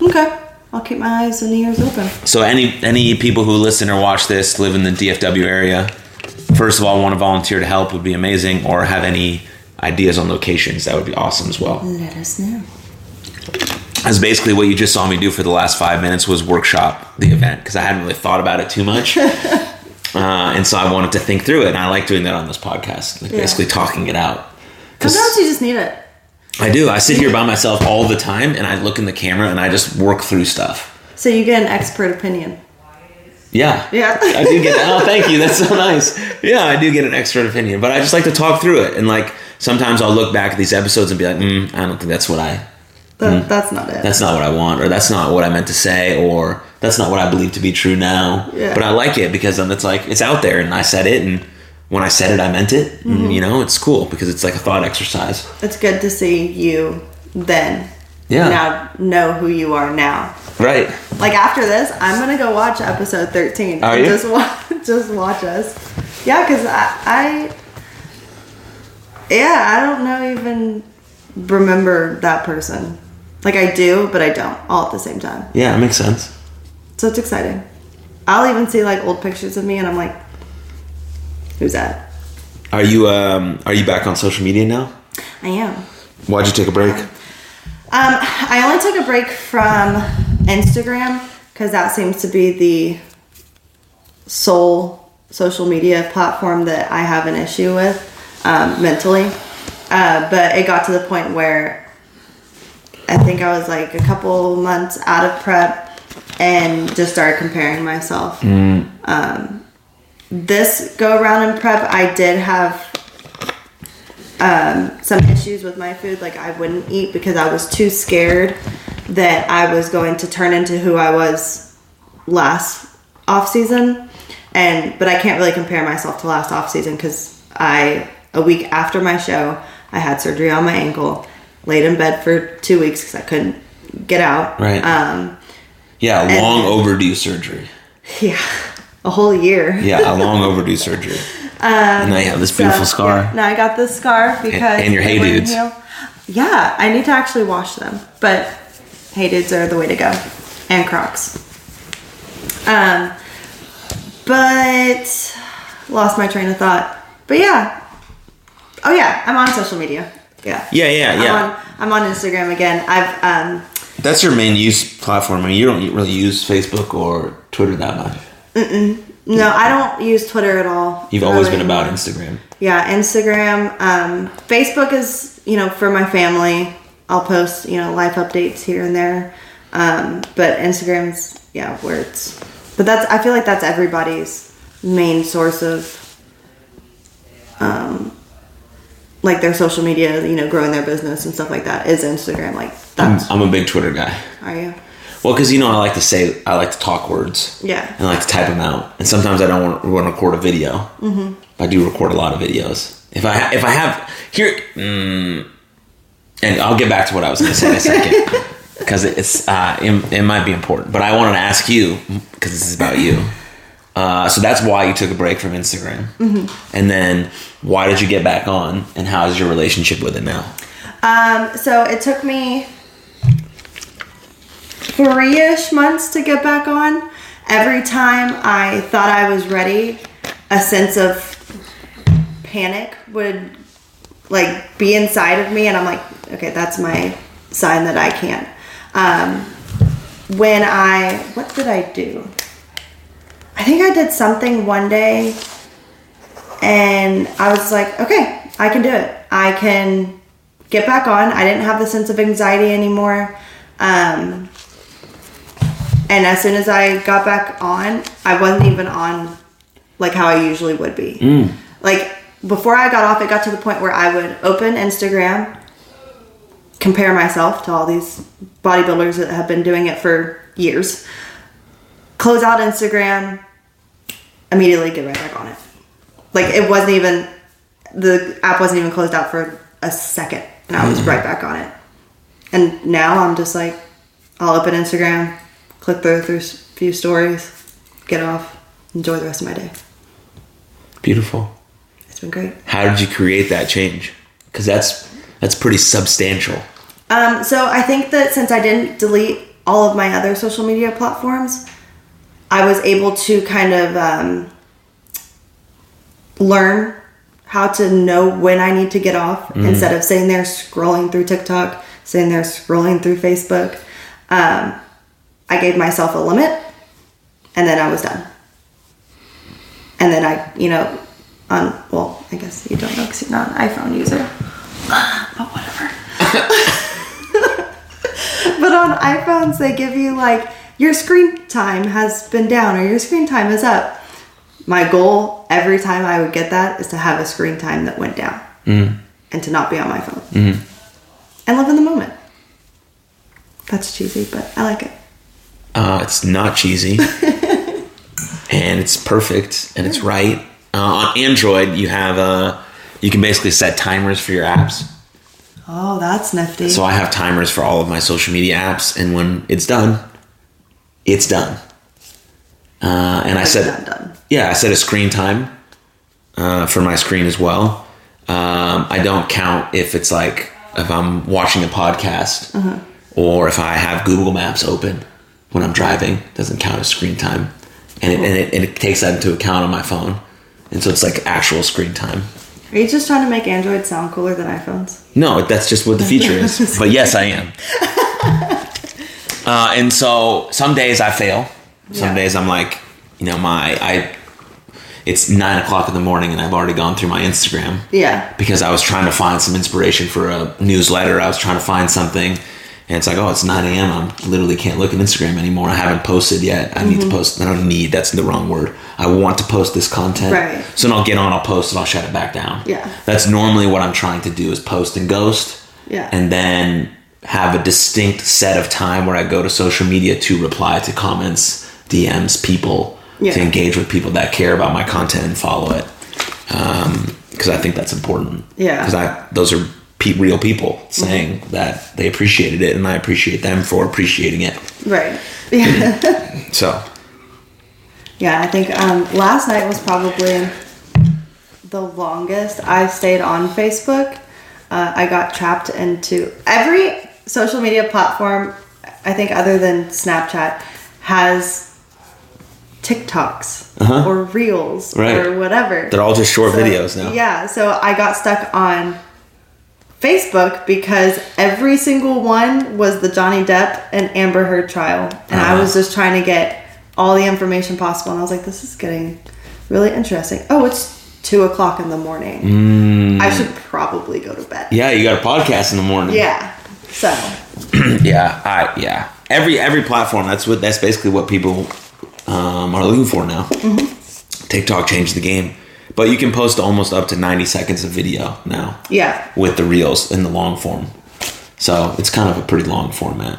Speaker 2: Okay. I'll keep my eyes and ears open.
Speaker 1: So any any people who listen or watch this live in the DFW area. First of all, want to volunteer to help would be amazing, or have any ideas on locations that would be awesome as well.
Speaker 2: Let us know.
Speaker 1: That's basically what you just saw me do for the last five minutes was workshop the event because I hadn't really thought about it too much, uh, and so I wanted to think through it. And I like doing that on this podcast, like
Speaker 2: Yeah.
Speaker 1: basically talking it out. 'Cause-
Speaker 2: Sometimes you just need it.
Speaker 1: I do. I sit here by myself all the time, and I look in the camera and I just work through stuff.
Speaker 2: So you get an expert opinion.
Speaker 1: Yeah.
Speaker 2: Yeah.
Speaker 1: I do get that. Oh, thank you. That's so nice. Yeah, I do get an expert opinion, but I just like to talk through it. And like sometimes I'll look back at these episodes and be like, mm, I don't think that's what I
Speaker 2: That, That's not it.
Speaker 1: Mm. that's not what I want, or that's not what I meant to say, or that's not what I believe to be true now.
Speaker 2: Yeah.
Speaker 1: But I like it because then it's like it's out there, and I said it, and when I said it, I meant it. And, you know, it's cool because it's like a thought exercise.
Speaker 2: it's good to see you then.
Speaker 1: Yeah.
Speaker 2: Now know who you are now.
Speaker 1: Right.
Speaker 2: Like after this, I'm gonna go watch episode 13.
Speaker 1: Are
Speaker 2: and
Speaker 1: you?
Speaker 2: Just watch, just watch us. Yeah, cause I, I, yeah, I don't know even remember that person. Like I do, but I don't all at the same time.
Speaker 1: Yeah, it makes sense.
Speaker 2: So it's exciting. I'll even see like old pictures of me, and I'm like, who's that?
Speaker 1: Are you um are you back on social media now?
Speaker 2: I am.
Speaker 1: Why'd you take a break?
Speaker 2: Um, I only took a break from Instagram because that seems to be the sole social media platform that I have an issue with um, mentally. Uh, but it got to the point where I think I was like a couple months out of prep and just started comparing myself. Um, this go around in prep, I did have um, some issues with my food. Like I wouldn't eat because I was too scared that I was going to turn into who I was last off season. And but I can't really compare myself to last off season because I a week after my show I had surgery on my ankle, laid in bed for two weeks because I couldn't get out.
Speaker 1: Right.
Speaker 2: Um.
Speaker 1: Yeah, long overdue surgery.
Speaker 2: Yeah. A whole year.
Speaker 1: Yeah, a long overdue surgery. and now you have this beautiful
Speaker 2: Um, So,
Speaker 1: scar.
Speaker 2: yeah, now I got this scar because
Speaker 1: and your
Speaker 2: they
Speaker 1: Hey
Speaker 2: wouldn't
Speaker 1: Dudes.
Speaker 2: heal. Yeah, I need to actually wash them, but hey dudes are the way to go, and Crocs. Um, but lost my train of thought. But yeah, oh yeah, I'm on social media. Yeah.
Speaker 1: Yeah, yeah, yeah.
Speaker 2: I'm on, I'm on Instagram again. I've um,
Speaker 1: That's your main use platform. I mean, you don't really use Facebook or Twitter that much.
Speaker 2: no, I don't use Twitter at all.
Speaker 1: You've always been
Speaker 2: Really.
Speaker 1: about Instagram.
Speaker 2: yeah instagram um, facebook is you know for my family i'll post you know life updates here and there um, but instagram's yeah where it's but that's i feel like that's everybody's main source of um, like their social media you know growing their business and stuff like that is instagram like that's
Speaker 1: I'm a big Twitter guy.
Speaker 2: are you
Speaker 1: Well, because you know, I like to say, I like to talk words.
Speaker 2: Yeah.
Speaker 1: And I like to type them out. And sometimes I don't want, want to record a video. Mm-hmm. I do record a lot of videos. If I ha- if I have here, mm, and I'll get back to what I was going to say in a second because it's uh, it, it might be important. But I wanted to ask you because this is about you. Uh, so that's why you took a break from Instagram, mm-hmm. and then why did you get back on, and how is your relationship with it now?
Speaker 2: Um, so it took me three ish months to get back on. Every time I thought I was ready, a sense of panic would like be inside of me, and I'm like, okay, that's my sign that I can't. Um, when I, what did I do? I think I did something one day, and I was like, okay, I can do it. I can get back on. I didn't have the sense of anxiety anymore. Um, and as soon as I got back on, I wasn't even on like how I usually would be. Like before I got off, it got to the point where I would open Instagram, compare myself to all these bodybuilders that have been doing it for years, close out Instagram, immediately get right back on it. Like it wasn't even the app wasn't even closed out for a second, and I was right back on it. And now I'm just like, I'll open Instagram, click through through a few stories, get off, enjoy the rest of my day.
Speaker 1: Beautiful.
Speaker 2: It's been great.
Speaker 1: How did you create that change? Because that's that's pretty substantial.
Speaker 2: Um, so I think that since I didn't delete all of my other social media platforms, I was able to kind of um, learn how to know when I need to get off instead of sitting there scrolling through TikTok, sitting there scrolling through Facebook. Um, I gave myself a limit and then I was done. And then I, you know, on, well, I guess you don't know because you're not an iPhone user, but whatever but on iPhones, they give you like your screen time has been down or your screen time is up. My goal every time I would get that is to have a screen time that went down
Speaker 1: Mm-hmm.
Speaker 2: and to not be on my phone and live in the moment. That's cheesy, but I like it.
Speaker 1: Uh, it's not cheesy, and it's perfect, and it's right. Uh, on Android, you have uh, you can basically set timers for your apps.
Speaker 2: Oh, that's nifty.
Speaker 1: So I have timers for all of my social media apps, and when it's done, it's done. Uh, and I
Speaker 2: It's
Speaker 1: set
Speaker 2: not done.
Speaker 1: yeah, I set a screen time uh, for my screen as well. Um, I don't count if it's like if I'm watching a podcast or if I have Google Maps open when I'm driving. Doesn't count as screen time, and it, and, it, and it takes that into account on my phone, and so it's like actual screen time.
Speaker 2: Are you just trying to make Android sound cooler than iPhones?
Speaker 1: No, that's just what the feature is. But yes, I am. Uh, and so some days I fail. Some
Speaker 2: Yeah.
Speaker 1: days I'm like, you know, my I. It's nine o'clock in the morning, and I've already gone through my Instagram
Speaker 2: Yeah.
Speaker 1: because I was trying to find some inspiration for a newsletter. I was trying to find something, and it's like, oh, it's nine a.m. I literally can't look at Instagram anymore. I haven't posted yet. I need to post. I don't need. That's the wrong word. I want to post this content.
Speaker 2: Right.
Speaker 1: So then I'll get on. I'll post, and I'll shut it back down.
Speaker 2: Yeah.
Speaker 1: That's normally what I'm trying to do is post and ghost.
Speaker 2: Yeah.
Speaker 1: And then have a distinct set of time where I go to social media to reply to comments, DMs, people,
Speaker 2: Yeah.
Speaker 1: to engage with people that care about my content and follow it because I think that's important.
Speaker 2: Yeah. Mm-hmm.
Speaker 1: Because I those are pe- real people saying that they appreciated it, and I appreciate them for appreciating it.
Speaker 2: Right. Yeah.
Speaker 1: So
Speaker 2: Yeah, I think um, last night was probably the longest I stayed on Facebook. Uh, I got trapped into every social media platform, I think, other than Snapchat, has TikToks or Reels
Speaker 1: Uh-huh. Right.
Speaker 2: or whatever.
Speaker 1: they're all just short
Speaker 2: So-
Speaker 1: videos now.
Speaker 2: Yeah, so I got stuck on Facebook because every single one was the Johnny Depp and Amber Heard trial. And I
Speaker 1: Uh-huh.
Speaker 2: was just trying to get all the information possible. And I was like, this is getting really interesting. Oh, it's two o'clock in the morning.
Speaker 1: Mm.
Speaker 2: I should probably go to bed.
Speaker 1: Yeah, you got a podcast in the morning.
Speaker 2: Yeah. So,
Speaker 1: yeah, I yeah. Every every platform. That's what that's basically what people um, are looking for now. TikTok changed the game, but you can post almost up to ninety seconds of video now
Speaker 2: yeah,
Speaker 1: with the reels in the long form. So it's kind of a pretty long format.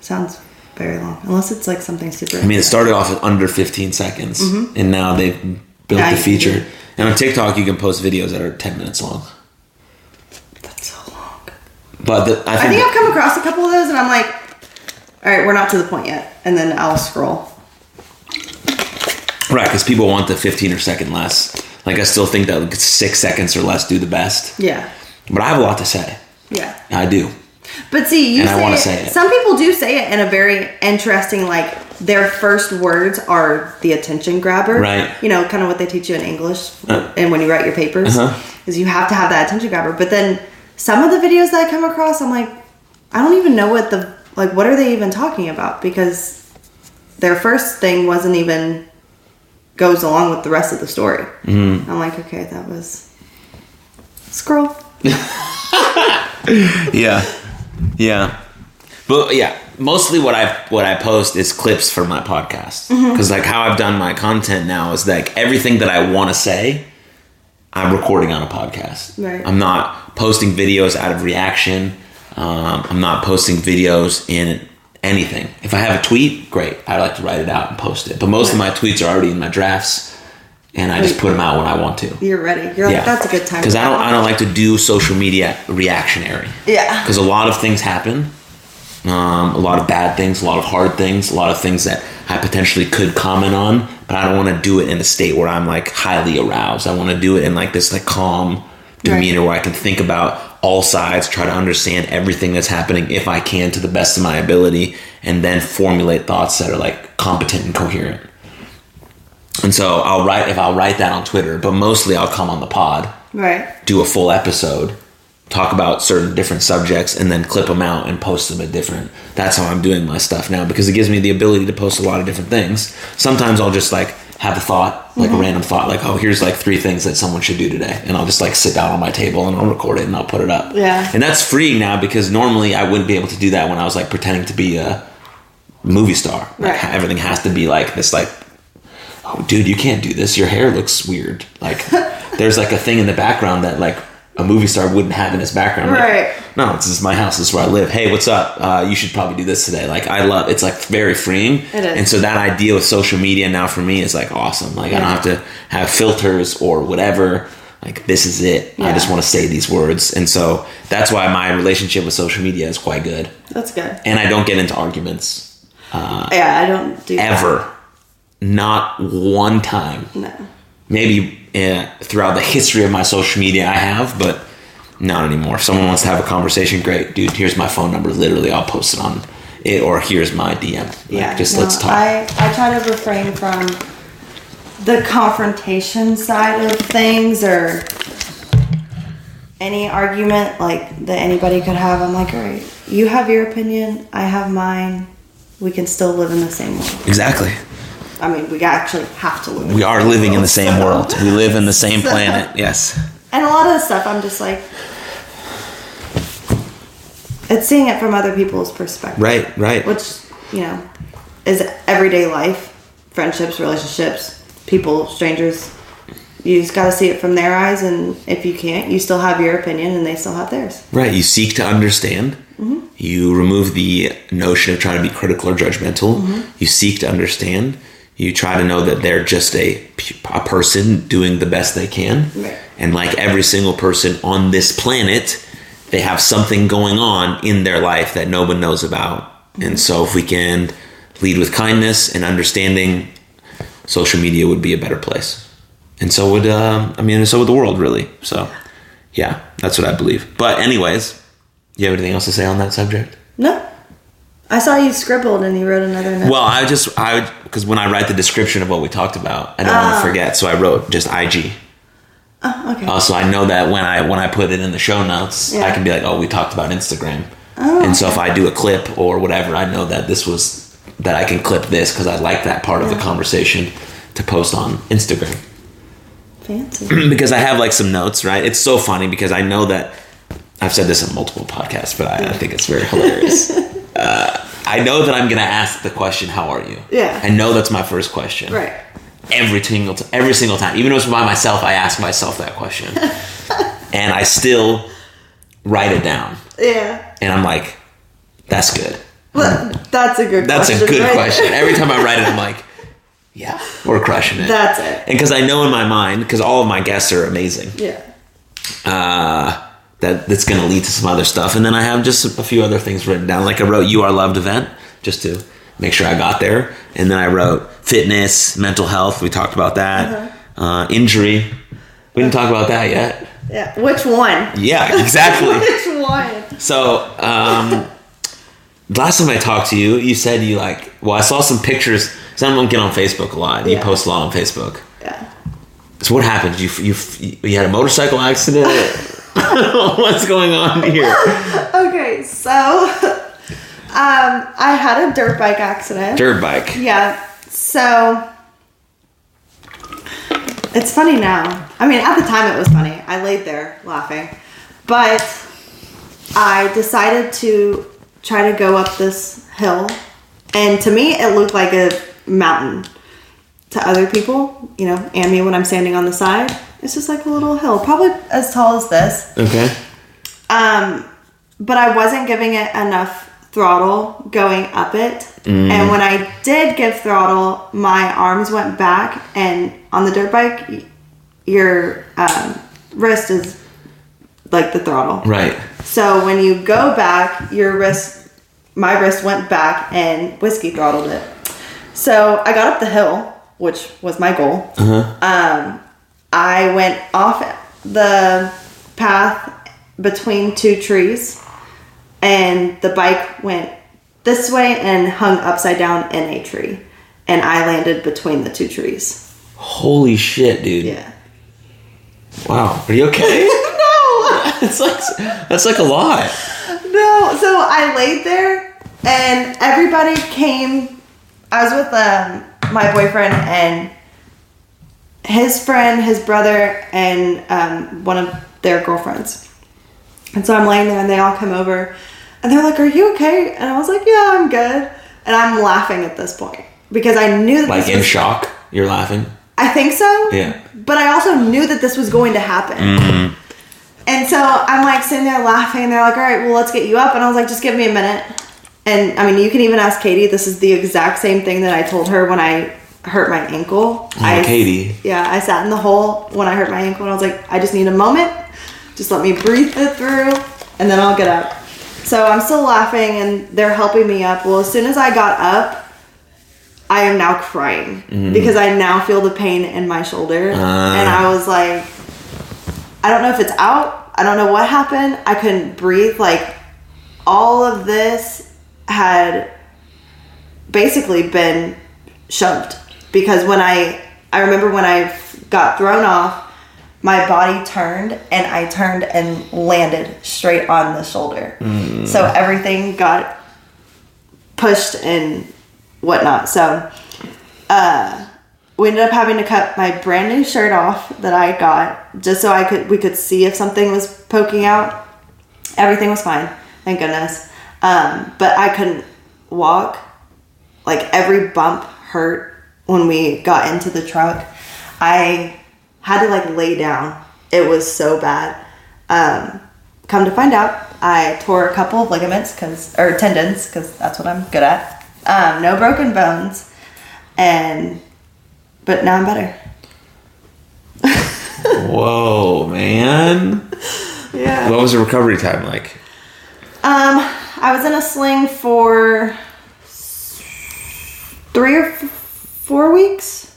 Speaker 2: sounds very long. Unless it's like something super.
Speaker 1: I mean, it started off at under 15 seconds, and now they've built
Speaker 2: Now
Speaker 1: the
Speaker 2: you can do
Speaker 1: feature.
Speaker 2: it.
Speaker 1: And on TikTok, you can post videos that are 10 minutes long.
Speaker 2: That's so long.
Speaker 1: But the, I
Speaker 2: I
Speaker 1: think,
Speaker 2: think I've come across a couple of those and I'm like, all right, we're not to the point yet. And then I'll scroll.
Speaker 1: right because people want the 15 or second less. Like I still think that like, six seconds or less do the best.
Speaker 2: Yeah.
Speaker 1: But I have a lot to say.
Speaker 2: Yeah.
Speaker 1: I do.
Speaker 2: But see, you
Speaker 1: And I
Speaker 2: say,
Speaker 1: wanna
Speaker 2: it,
Speaker 1: say it.
Speaker 2: Some people do say it in a very interesting, like their first words are the attention grabber.
Speaker 1: Right.
Speaker 2: You know, kind of what they teach you in English,
Speaker 1: Uh.
Speaker 2: and when you write your papers,
Speaker 1: Uh-huh.
Speaker 2: is you have to have that attention grabber. But then some of the videos that I come across, I'm like, I don't even know what the like. What are they even talking about? Because their first thing wasn't even goes along with the rest of the story.
Speaker 1: Mm-hmm.
Speaker 2: Mm. I'm like, okay, that was scroll.
Speaker 1: Yeah. Yeah. But yeah, mostly what I what I post is clips for my podcast. Cuz like how I've done my content now is like everything that I want to say I'm recording on a podcast.
Speaker 2: Right.
Speaker 1: I'm not posting videos out of reaction. Um, I'm not posting videos in anything. If I have a tweet, great. I like to write it out and post it. But most of my tweets are already in my drafts and I just put them out when I want to.
Speaker 2: You're ready. You're like, that's a good time.
Speaker 1: Because
Speaker 2: to
Speaker 1: I don't,
Speaker 2: go."
Speaker 1: I don't like to do social media reactionary.
Speaker 2: Yeah.
Speaker 1: Because a lot of things happen, um, a lot of bad things, a lot of hard things, a lot of things that I potentially could comment on, but I don't want to do it in a state where I'm like highly aroused. I want to do it in like this like calm demeanor where I can think about all sides, try to understand everything that's happening if I can to the best of my ability, and then formulate thoughts that are like competent and coherent. And so I'll write if I'll write that on Twitter, but mostly I'll come on the pod
Speaker 2: Right.
Speaker 1: do a full episode, talk about certain different subjects, and then clip them out and post them at different. That's how I'm doing my stuff now because it gives me the ability to post a lot of different things. Sometimes I'll just like have a thought,
Speaker 2: Mm-hmm.
Speaker 1: like a random thought, like, oh, here's like three things that someone should do today. And I'll just like sit down on my table and I'll record it and I'll put it up.
Speaker 2: Yeah.
Speaker 1: And that's free now because normally I wouldn't be able to do that when I was like pretending to be a movie star. Like,
Speaker 2: Right.
Speaker 1: everything has to be like this, like oh dude you can't do this your hair looks weird like there's like a thing in the background that like a movie star wouldn't have in his background Like,
Speaker 2: Right.
Speaker 1: no this is my house this is where i live hey what's up uh, you should probably do this today like i love it's like very freeing
Speaker 2: It is.
Speaker 1: and so that idea with social media now for me is like awesome like i
Speaker 2: Yeah.
Speaker 1: don't have to have filters or whatever like this is it i
Speaker 2: Yeah.
Speaker 1: just want to say these words and so that's why my relationship with social media is quite good
Speaker 2: That's good.
Speaker 1: and i don't get into arguments
Speaker 2: yeah, I don't do that.
Speaker 1: ever not one time
Speaker 2: No.
Speaker 1: maybe uh, throughout the history of my social media I have, but not anymore. If someone wants to have a conversation, great, dude. Here's my phone number. Literally, I'll post it on it, or here's my DM. Like,
Speaker 2: Yeah.
Speaker 1: just
Speaker 2: no,
Speaker 1: let's talk.
Speaker 2: I, I try to refrain from the confrontation side of things or any argument like that anybody could have. I'm like, all right, you have your opinion, I have mine. We can still live in the same world.
Speaker 1: exactly.
Speaker 2: I mean, we actually have to live.
Speaker 1: We are living in the same
Speaker 2: so-
Speaker 1: world. We live in the same
Speaker 2: So-
Speaker 1: planet. Yes.
Speaker 2: And a lot of the stuff, I'm just like, it's seeing it from other people's perspective.
Speaker 1: Right. Right.
Speaker 2: which you know is everyday life friendships relationships people strangers you just got to see it from their eyes and if you can't you still have your opinion and they still have theirs
Speaker 1: Right. You seek to understand. You remove the notion of trying to be critical or judgmental. You seek to understand. You try to know that they're just a, p- a person doing the best they can.
Speaker 2: Right.
Speaker 1: And like every single person on this planet, they have something going on in their life that no one knows about. And so if we can lead with kindness and understanding, social media would be a better place. And so would, um I mean, and so would the world, really. So, yeah, that's what I believe. But, anyways, you have anything else to say on that subject?
Speaker 2: no i saw you scribbled and you wrote another note
Speaker 1: Well, I just, I, because when I write the description of what we talked about, I don't
Speaker 2: Ah.
Speaker 1: want to forget. So I wrote just IG.
Speaker 2: oh, okay
Speaker 1: Uh, so I know that when I when I put it in the show notes, I
Speaker 2: Yeah. Oh,
Speaker 1: can be like, oh, we talked about Instagram. and so if I do a clip or whatever, I know that this was that I can clip this because I like that part of the
Speaker 2: Yeah.
Speaker 1: conversation to post on Instagram
Speaker 2: fancy
Speaker 1: because I have like some notes. Right? It's so funny because I know that I've said this in multiple podcasts, but I, I think it's very hilarious. uh, I know that I'm gonna ask the question, "How are you?"
Speaker 2: Yeah.
Speaker 1: I know that's my first question
Speaker 2: right
Speaker 1: every single t- every single time. Even if it's by myself, I ask myself that question, and I still write it down.
Speaker 2: yeah
Speaker 1: And I'm like, "That's good.
Speaker 2: well, that's a good
Speaker 1: That's
Speaker 2: question
Speaker 1: a good
Speaker 2: right?
Speaker 1: question." Every time I write it, I'm like, "Yeah, we're crushing it."
Speaker 2: that's it
Speaker 1: and because I know in my mind, because all of my guests are amazing,
Speaker 2: yeah
Speaker 1: uh, that that's going to lead to some other stuff. And then I have just a few other things written down. Like I wrote "You Are Loved" event just to make sure I got there, and then I wrote fitness, mental health. We talked about that. uh injury. We didn't talk about that yet.
Speaker 2: yeah which one
Speaker 1: Yeah, exactly.
Speaker 2: which one
Speaker 1: so. Um, Last time I talked to you, you said you like. Well, I saw some pictures. Someone get on Facebook a lot. You
Speaker 2: Yeah.
Speaker 1: post a lot on Facebook.
Speaker 2: yeah
Speaker 1: So what happened? You you you had a motorcycle accident. What's going on here?
Speaker 2: okay so um i had a dirt bike accident
Speaker 1: Dirt bike.
Speaker 2: Yeah. So it's funny now. I mean, at the time it was funny. I laid there laughing. But I decided to try to go up this hill. And to me, it looked like a mountain. To other people, you know, and me when I'm standing on the side, it's just like a little hill, probably as tall as this
Speaker 1: Okay.
Speaker 2: um, but I wasn't giving it enough throttle going up it. And when I did give throttle, my arms went back, and on the dirt bike, y- your um, wrist is like the throttle.
Speaker 1: Right.
Speaker 2: So when you go back, your wrist, my wrist went back and whiskey throttled it. So I got up the hill, which was my goal. Um, I went off the path between two trees, and the bike went this way and hung upside down in a tree, and I landed between the two trees.
Speaker 1: Holy shit, dude.
Speaker 2: Yeah.
Speaker 1: Wow. Are you okay?
Speaker 2: No.
Speaker 1: that's like that's like a lot.
Speaker 2: No, so I laid there and everybody came. I was with um, my boyfriend and his friend, his brother, and um, one of their girlfriends. And so I'm laying there and they all come over and they're like, Are you okay? And I was like, Yeah, I'm good. And I'm laughing at this point because I knew that
Speaker 1: Like
Speaker 2: this
Speaker 1: in
Speaker 2: was-
Speaker 1: shock. You're laughing.
Speaker 2: I think so.
Speaker 1: Yeah. Mm-hmm.
Speaker 2: But I also knew that this was going to happen. And so I'm like sitting there laughing, and they're like, all right, well, let's get you up. And I was like, just give me a minute. And I mean, you can even ask Katie, this is the exact same thing that I told her when I hurt my ankle. I,
Speaker 1: Katie.
Speaker 2: Yeah, I sat in the hole when I hurt my ankle, and I was like, I just need a moment. Just let me breathe it through, and then I'll get up. So I'm still laughing, and they're helping me up. Well, as soon as I got up, I am now crying because I now feel the pain in my shoulder. and I was like, I don't know if it's out. I don't know what happened. I couldn't breathe. Like, all of this had basically been shoved because when I, I remember when I got thrown off, my body turned and I turned and landed straight on the shoulder. So everything got pushed and whatnot. So uh, we ended up having to cut my brand new shirt off that I got just so I could we could see if something was poking out. Everything was fine, thank goodness. Um, but I couldn't walk. Like every bump hurt when we got into the truck. I had to like lay down. It was so bad. Um, come to find out, I tore a couple of ligaments because or tendons because that's what I'm good at. Um, no broken bones, and but now I'm better.
Speaker 1: Whoa, man.
Speaker 2: Yeah.
Speaker 1: What was the recovery time like?
Speaker 2: Um, I was in a sling for s- three or f- four weeks,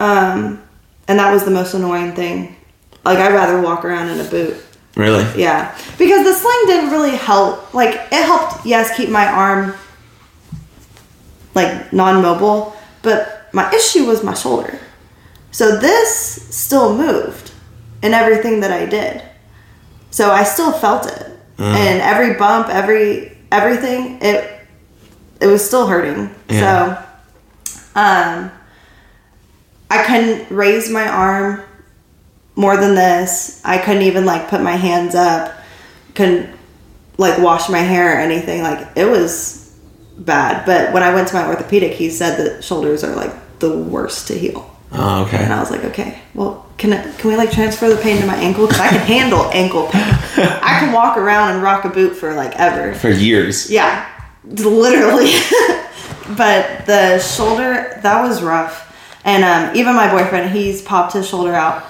Speaker 2: um, and that was the most annoying thing. Like I'd rather walk around in a boot.
Speaker 1: Really?
Speaker 2: Yeah, because the sling didn't really help. Like it helped, yes, keep my arm like non-mobile, but my issue was my shoulder. So this still moved in everything that I did. So I still felt it. And every bump, every everything, it it was still hurting.
Speaker 1: Yeah.
Speaker 2: So um I couldn't raise my arm more than this. I couldn't even like put my hands up. Couldn't like wash my hair or anything. Like it was bad. But when I went to my orthopedic, he said that shoulders are like the worst to heal.
Speaker 1: Oh, okay.
Speaker 2: And I was like, okay, well, can I, can we like transfer the pain to my ankle? Cause I can handle ankle pain. I can walk around and rock a boot for like ever.
Speaker 1: For years.
Speaker 2: Yeah, literally. but the shoulder, that was rough. And um, even my boyfriend, he's popped his shoulder out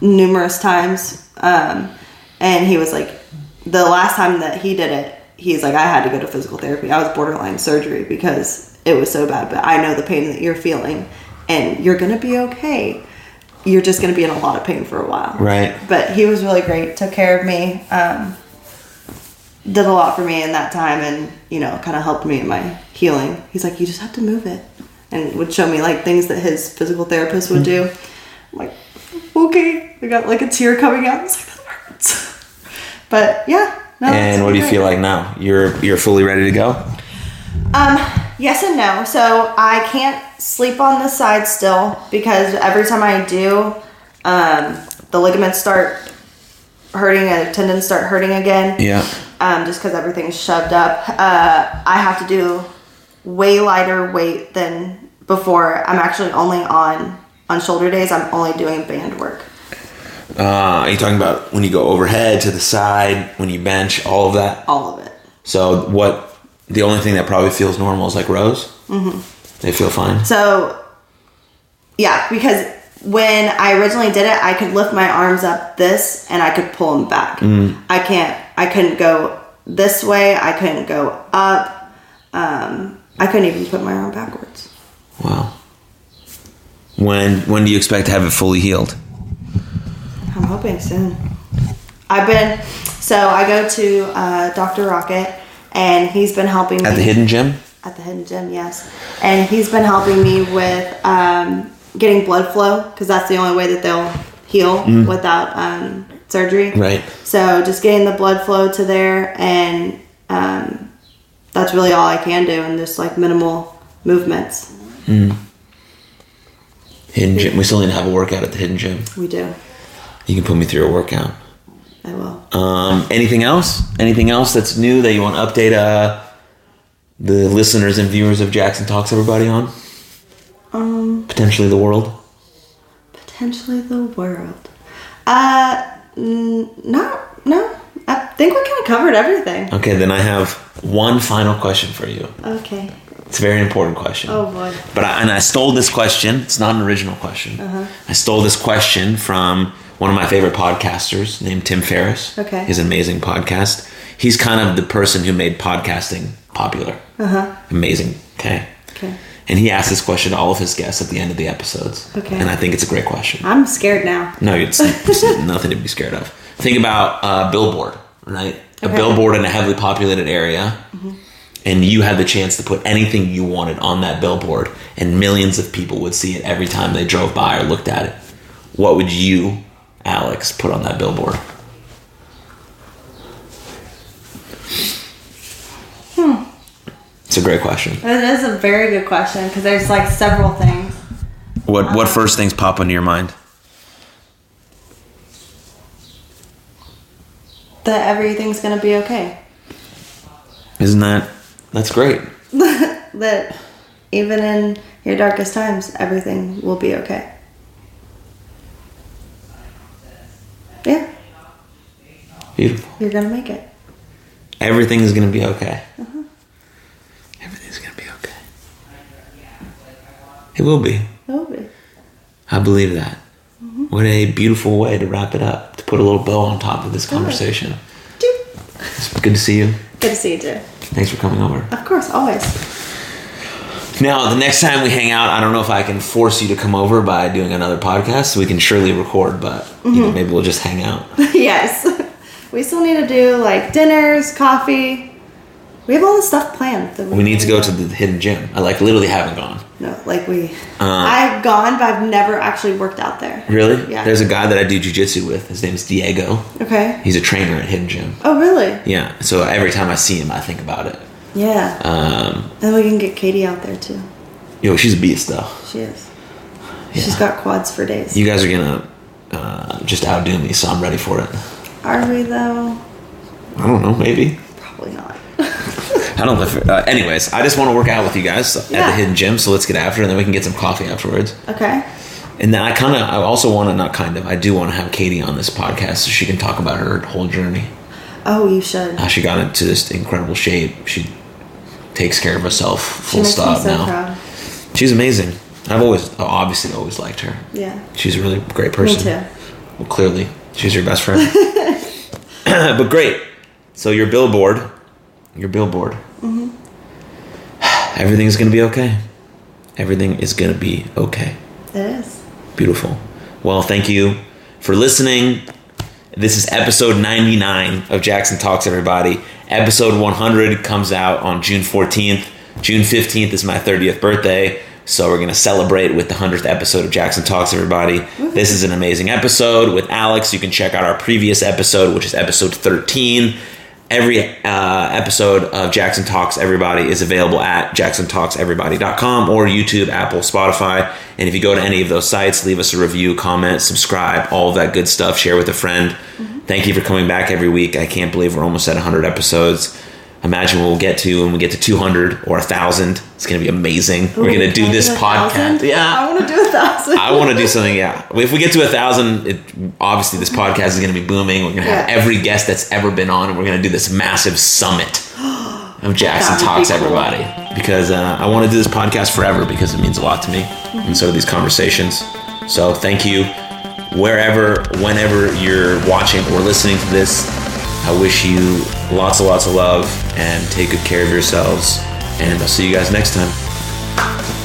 Speaker 2: numerous times. Um, and he was like, the last time that he did it, he's like, I had to go to physical therapy. I was borderline surgery because it was so bad. But I know the pain that you're feeling, and you're going to be okay. You're just going to be in a lot of pain for a while
Speaker 1: Right.
Speaker 2: but he was really great took care of me um, did a lot for me in that time and you know kind of helped me in my healing he's like you just have to move it and would show me like things that his physical therapist would do
Speaker 1: Mm-hmm.
Speaker 2: i'm like okay i got like a tear coming out it's like that hurts but yeah no, it's
Speaker 1: And what do you
Speaker 2: great.
Speaker 1: feel like now? You're you're fully ready to go?
Speaker 2: Um, yes and no. So I can't sleep on this side still because every time I do, um, the ligaments start hurting and the tendons start hurting again.
Speaker 1: Yeah.
Speaker 2: Um, just because everything's shoved up. Uh, I have to do way lighter weight than before. I'm actually only on on shoulder days. I'm only doing band work.
Speaker 1: Uh, are you talking about when you go overhead to the side, when you bench, all of that?
Speaker 2: All of it.
Speaker 1: So what the only thing that probably feels normal is like Rose. Mm-hmm. They feel fine.
Speaker 2: So, yeah, because when I originally did it, I could lift my arms up this and I could pull them back. I can't. I couldn't go this way. I couldn't go up. Um, I couldn't even put my arm backwards.
Speaker 1: Wow. When when do you expect to have it fully healed?
Speaker 2: I'm hoping soon. I've been so I go to uh, Doctor Rocket, and he's been helping me
Speaker 1: At the hidden gym?
Speaker 2: at the hidden gym. Yes, and he's been helping me with um, getting blood flow because that's the only way that they'll heal without um, surgery.
Speaker 1: Mm. Right.
Speaker 2: So just getting the blood flow to there, and um, that's really all I can do, and just like minimal movements.
Speaker 1: Hidden gym. We still need to have a workout at the hidden gym.
Speaker 2: We do.
Speaker 1: You can put me through a workout.
Speaker 2: I will.
Speaker 1: Um, anything else? Anything else that's new that you want to update uh, the listeners and viewers of Jackson Talks everybody on? Um, Potentially the world.
Speaker 2: Potentially the world. Uh, n- no, no. I think we kind of covered everything.
Speaker 1: Okay, then I have one final question for you.
Speaker 2: Okay.
Speaker 1: It's a very important question.
Speaker 2: Oh boy.
Speaker 1: But I, and I stole this question. It's not an original question.
Speaker 2: Uh-huh.
Speaker 1: I stole this question from one of my favorite podcasters named Tim Ferriss.
Speaker 2: Okay.
Speaker 1: His amazing podcast. He's kind of the person who made podcasting popular. Uh-huh. Amazing. Okay.
Speaker 2: Okay.
Speaker 1: And he asked this question to all of his guests at the end of the episodes.
Speaker 2: Okay.
Speaker 1: And I think it's a great question.
Speaker 2: I'm scared now.
Speaker 1: No, it's, it's nothing to be scared of. Think about a billboard, right? A
Speaker 2: Okay.
Speaker 1: billboard in a heavily populated area. And you had the chance to put anything you wanted on that billboard, and millions of people would see it every time they drove by or looked at it. What would you, Alex, put on that billboard? It's a great question.
Speaker 2: That is a very good question because there's like several things.
Speaker 1: What what first things pop into your mind?
Speaker 2: That everything's gonna be okay.
Speaker 1: Isn't that that's great?
Speaker 2: That even in your darkest times, everything will be okay. Yeah,
Speaker 1: Beautiful.
Speaker 2: you're gonna make it.
Speaker 1: Everything is gonna be okay. Everything's Uh-huh. gonna be okay. It will be.
Speaker 2: It will be.
Speaker 1: I believe that. What a beautiful way to wrap it up. To put a little bow on top of this conversation.
Speaker 2: Doop.
Speaker 1: It's good to see you.
Speaker 2: Good to see you, too.
Speaker 1: Thanks for coming over.
Speaker 2: Of course, always.
Speaker 1: Now, the next time we hang out, I don't know if I can force you to come over by doing another podcast. We can surely record, but you know, maybe we'll just hang out.
Speaker 2: yes. We still need to do like dinners, coffee. We have all the stuff planned. That
Speaker 1: We need to go to the hidden gym. I like literally haven't gone.
Speaker 2: No, like we.
Speaker 1: Uh,
Speaker 2: I've gone, but I've never actually worked out there.
Speaker 1: Really?
Speaker 2: Yeah.
Speaker 1: There's a guy that I do jujitsu with. His name is Diego.
Speaker 2: Okay.
Speaker 1: He's a trainer at Hidden Gym.
Speaker 2: Oh, really?
Speaker 1: Yeah. So every time I see him, I think about it.
Speaker 2: Yeah.
Speaker 1: Um,
Speaker 2: and we can get Katie out there too.
Speaker 1: yo, she's a beast though.
Speaker 2: She is.
Speaker 1: Yeah.
Speaker 2: She's got quads for days.
Speaker 1: You guys are gonna uh, just outdo me, so I'm ready for it.
Speaker 2: Are we though?
Speaker 1: I don't know, maybe.
Speaker 2: Probably not.
Speaker 1: I don't know. If, uh, anyways, I just want to work out with you guys at
Speaker 2: Yeah.
Speaker 1: the Hidden Gym, so let's get after it, and then we can get some coffee afterwards.
Speaker 2: okay.
Speaker 1: And then I kind of, I also want to, not kind of, I do want to have Katie on this podcast so she can talk about her whole journey,
Speaker 2: Oh, you should.
Speaker 1: how she got into this incredible shape. She takes care of herself,
Speaker 2: She
Speaker 1: full
Speaker 2: makes me
Speaker 1: stop
Speaker 2: so
Speaker 1: now.
Speaker 2: proud.
Speaker 1: She's amazing. I've always, obviously, always liked her.
Speaker 2: Yeah.
Speaker 1: She's a really great person.
Speaker 2: too.
Speaker 1: Well, clearly, she's your best friend. but great. So your billboard, your billboard. Everything's gonna be okay. Everything is gonna be okay.
Speaker 2: It is.
Speaker 1: Beautiful. Well, thank you for listening. This is episode 99 of Jackson Talks, everybody. Episode 100 comes out on June 14th. June 15th is my 30th birthday. So we're going to celebrate with the 100th episode of Jackson Talks, everybody. This is an amazing episode with Alex. You can check out our previous episode, which is episode 13. Every uh, episode of Jackson Talks Everybody is available at jacksontalkseverybody.com or YouTube, Apple, Spotify. And if you go to any of those sites, leave us a review, comment, subscribe, all of that good stuff. Share with a friend.
Speaker 2: Mm-hmm.
Speaker 1: Thank you for coming back every week. I can't believe we're almost at 100 episodes. Imagine what we'll get to when we get to 200 or 1,000. It's going to be amazing. we're going to do
Speaker 2: Can I
Speaker 1: this
Speaker 2: a
Speaker 1: podcast.
Speaker 2: thousand?
Speaker 1: Yeah.
Speaker 2: I want to do a thousand.
Speaker 1: I want to do something. Yeah, if we get to a thousand, it, obviously this podcast is going to be booming. We're going to have
Speaker 2: Yeah.
Speaker 1: every guest that's ever been on, and we're going to do this massive summit. of Jackson
Speaker 2: That would be
Speaker 1: Talks
Speaker 2: cool.
Speaker 1: Everybody because uh, I want to do this podcast forever because it means a lot to me, and so do these conversations. So thank you, wherever, whenever you're watching or listening to this. I wish you lots and lots of love and take good care of yourselves. And I'll see you guys next time.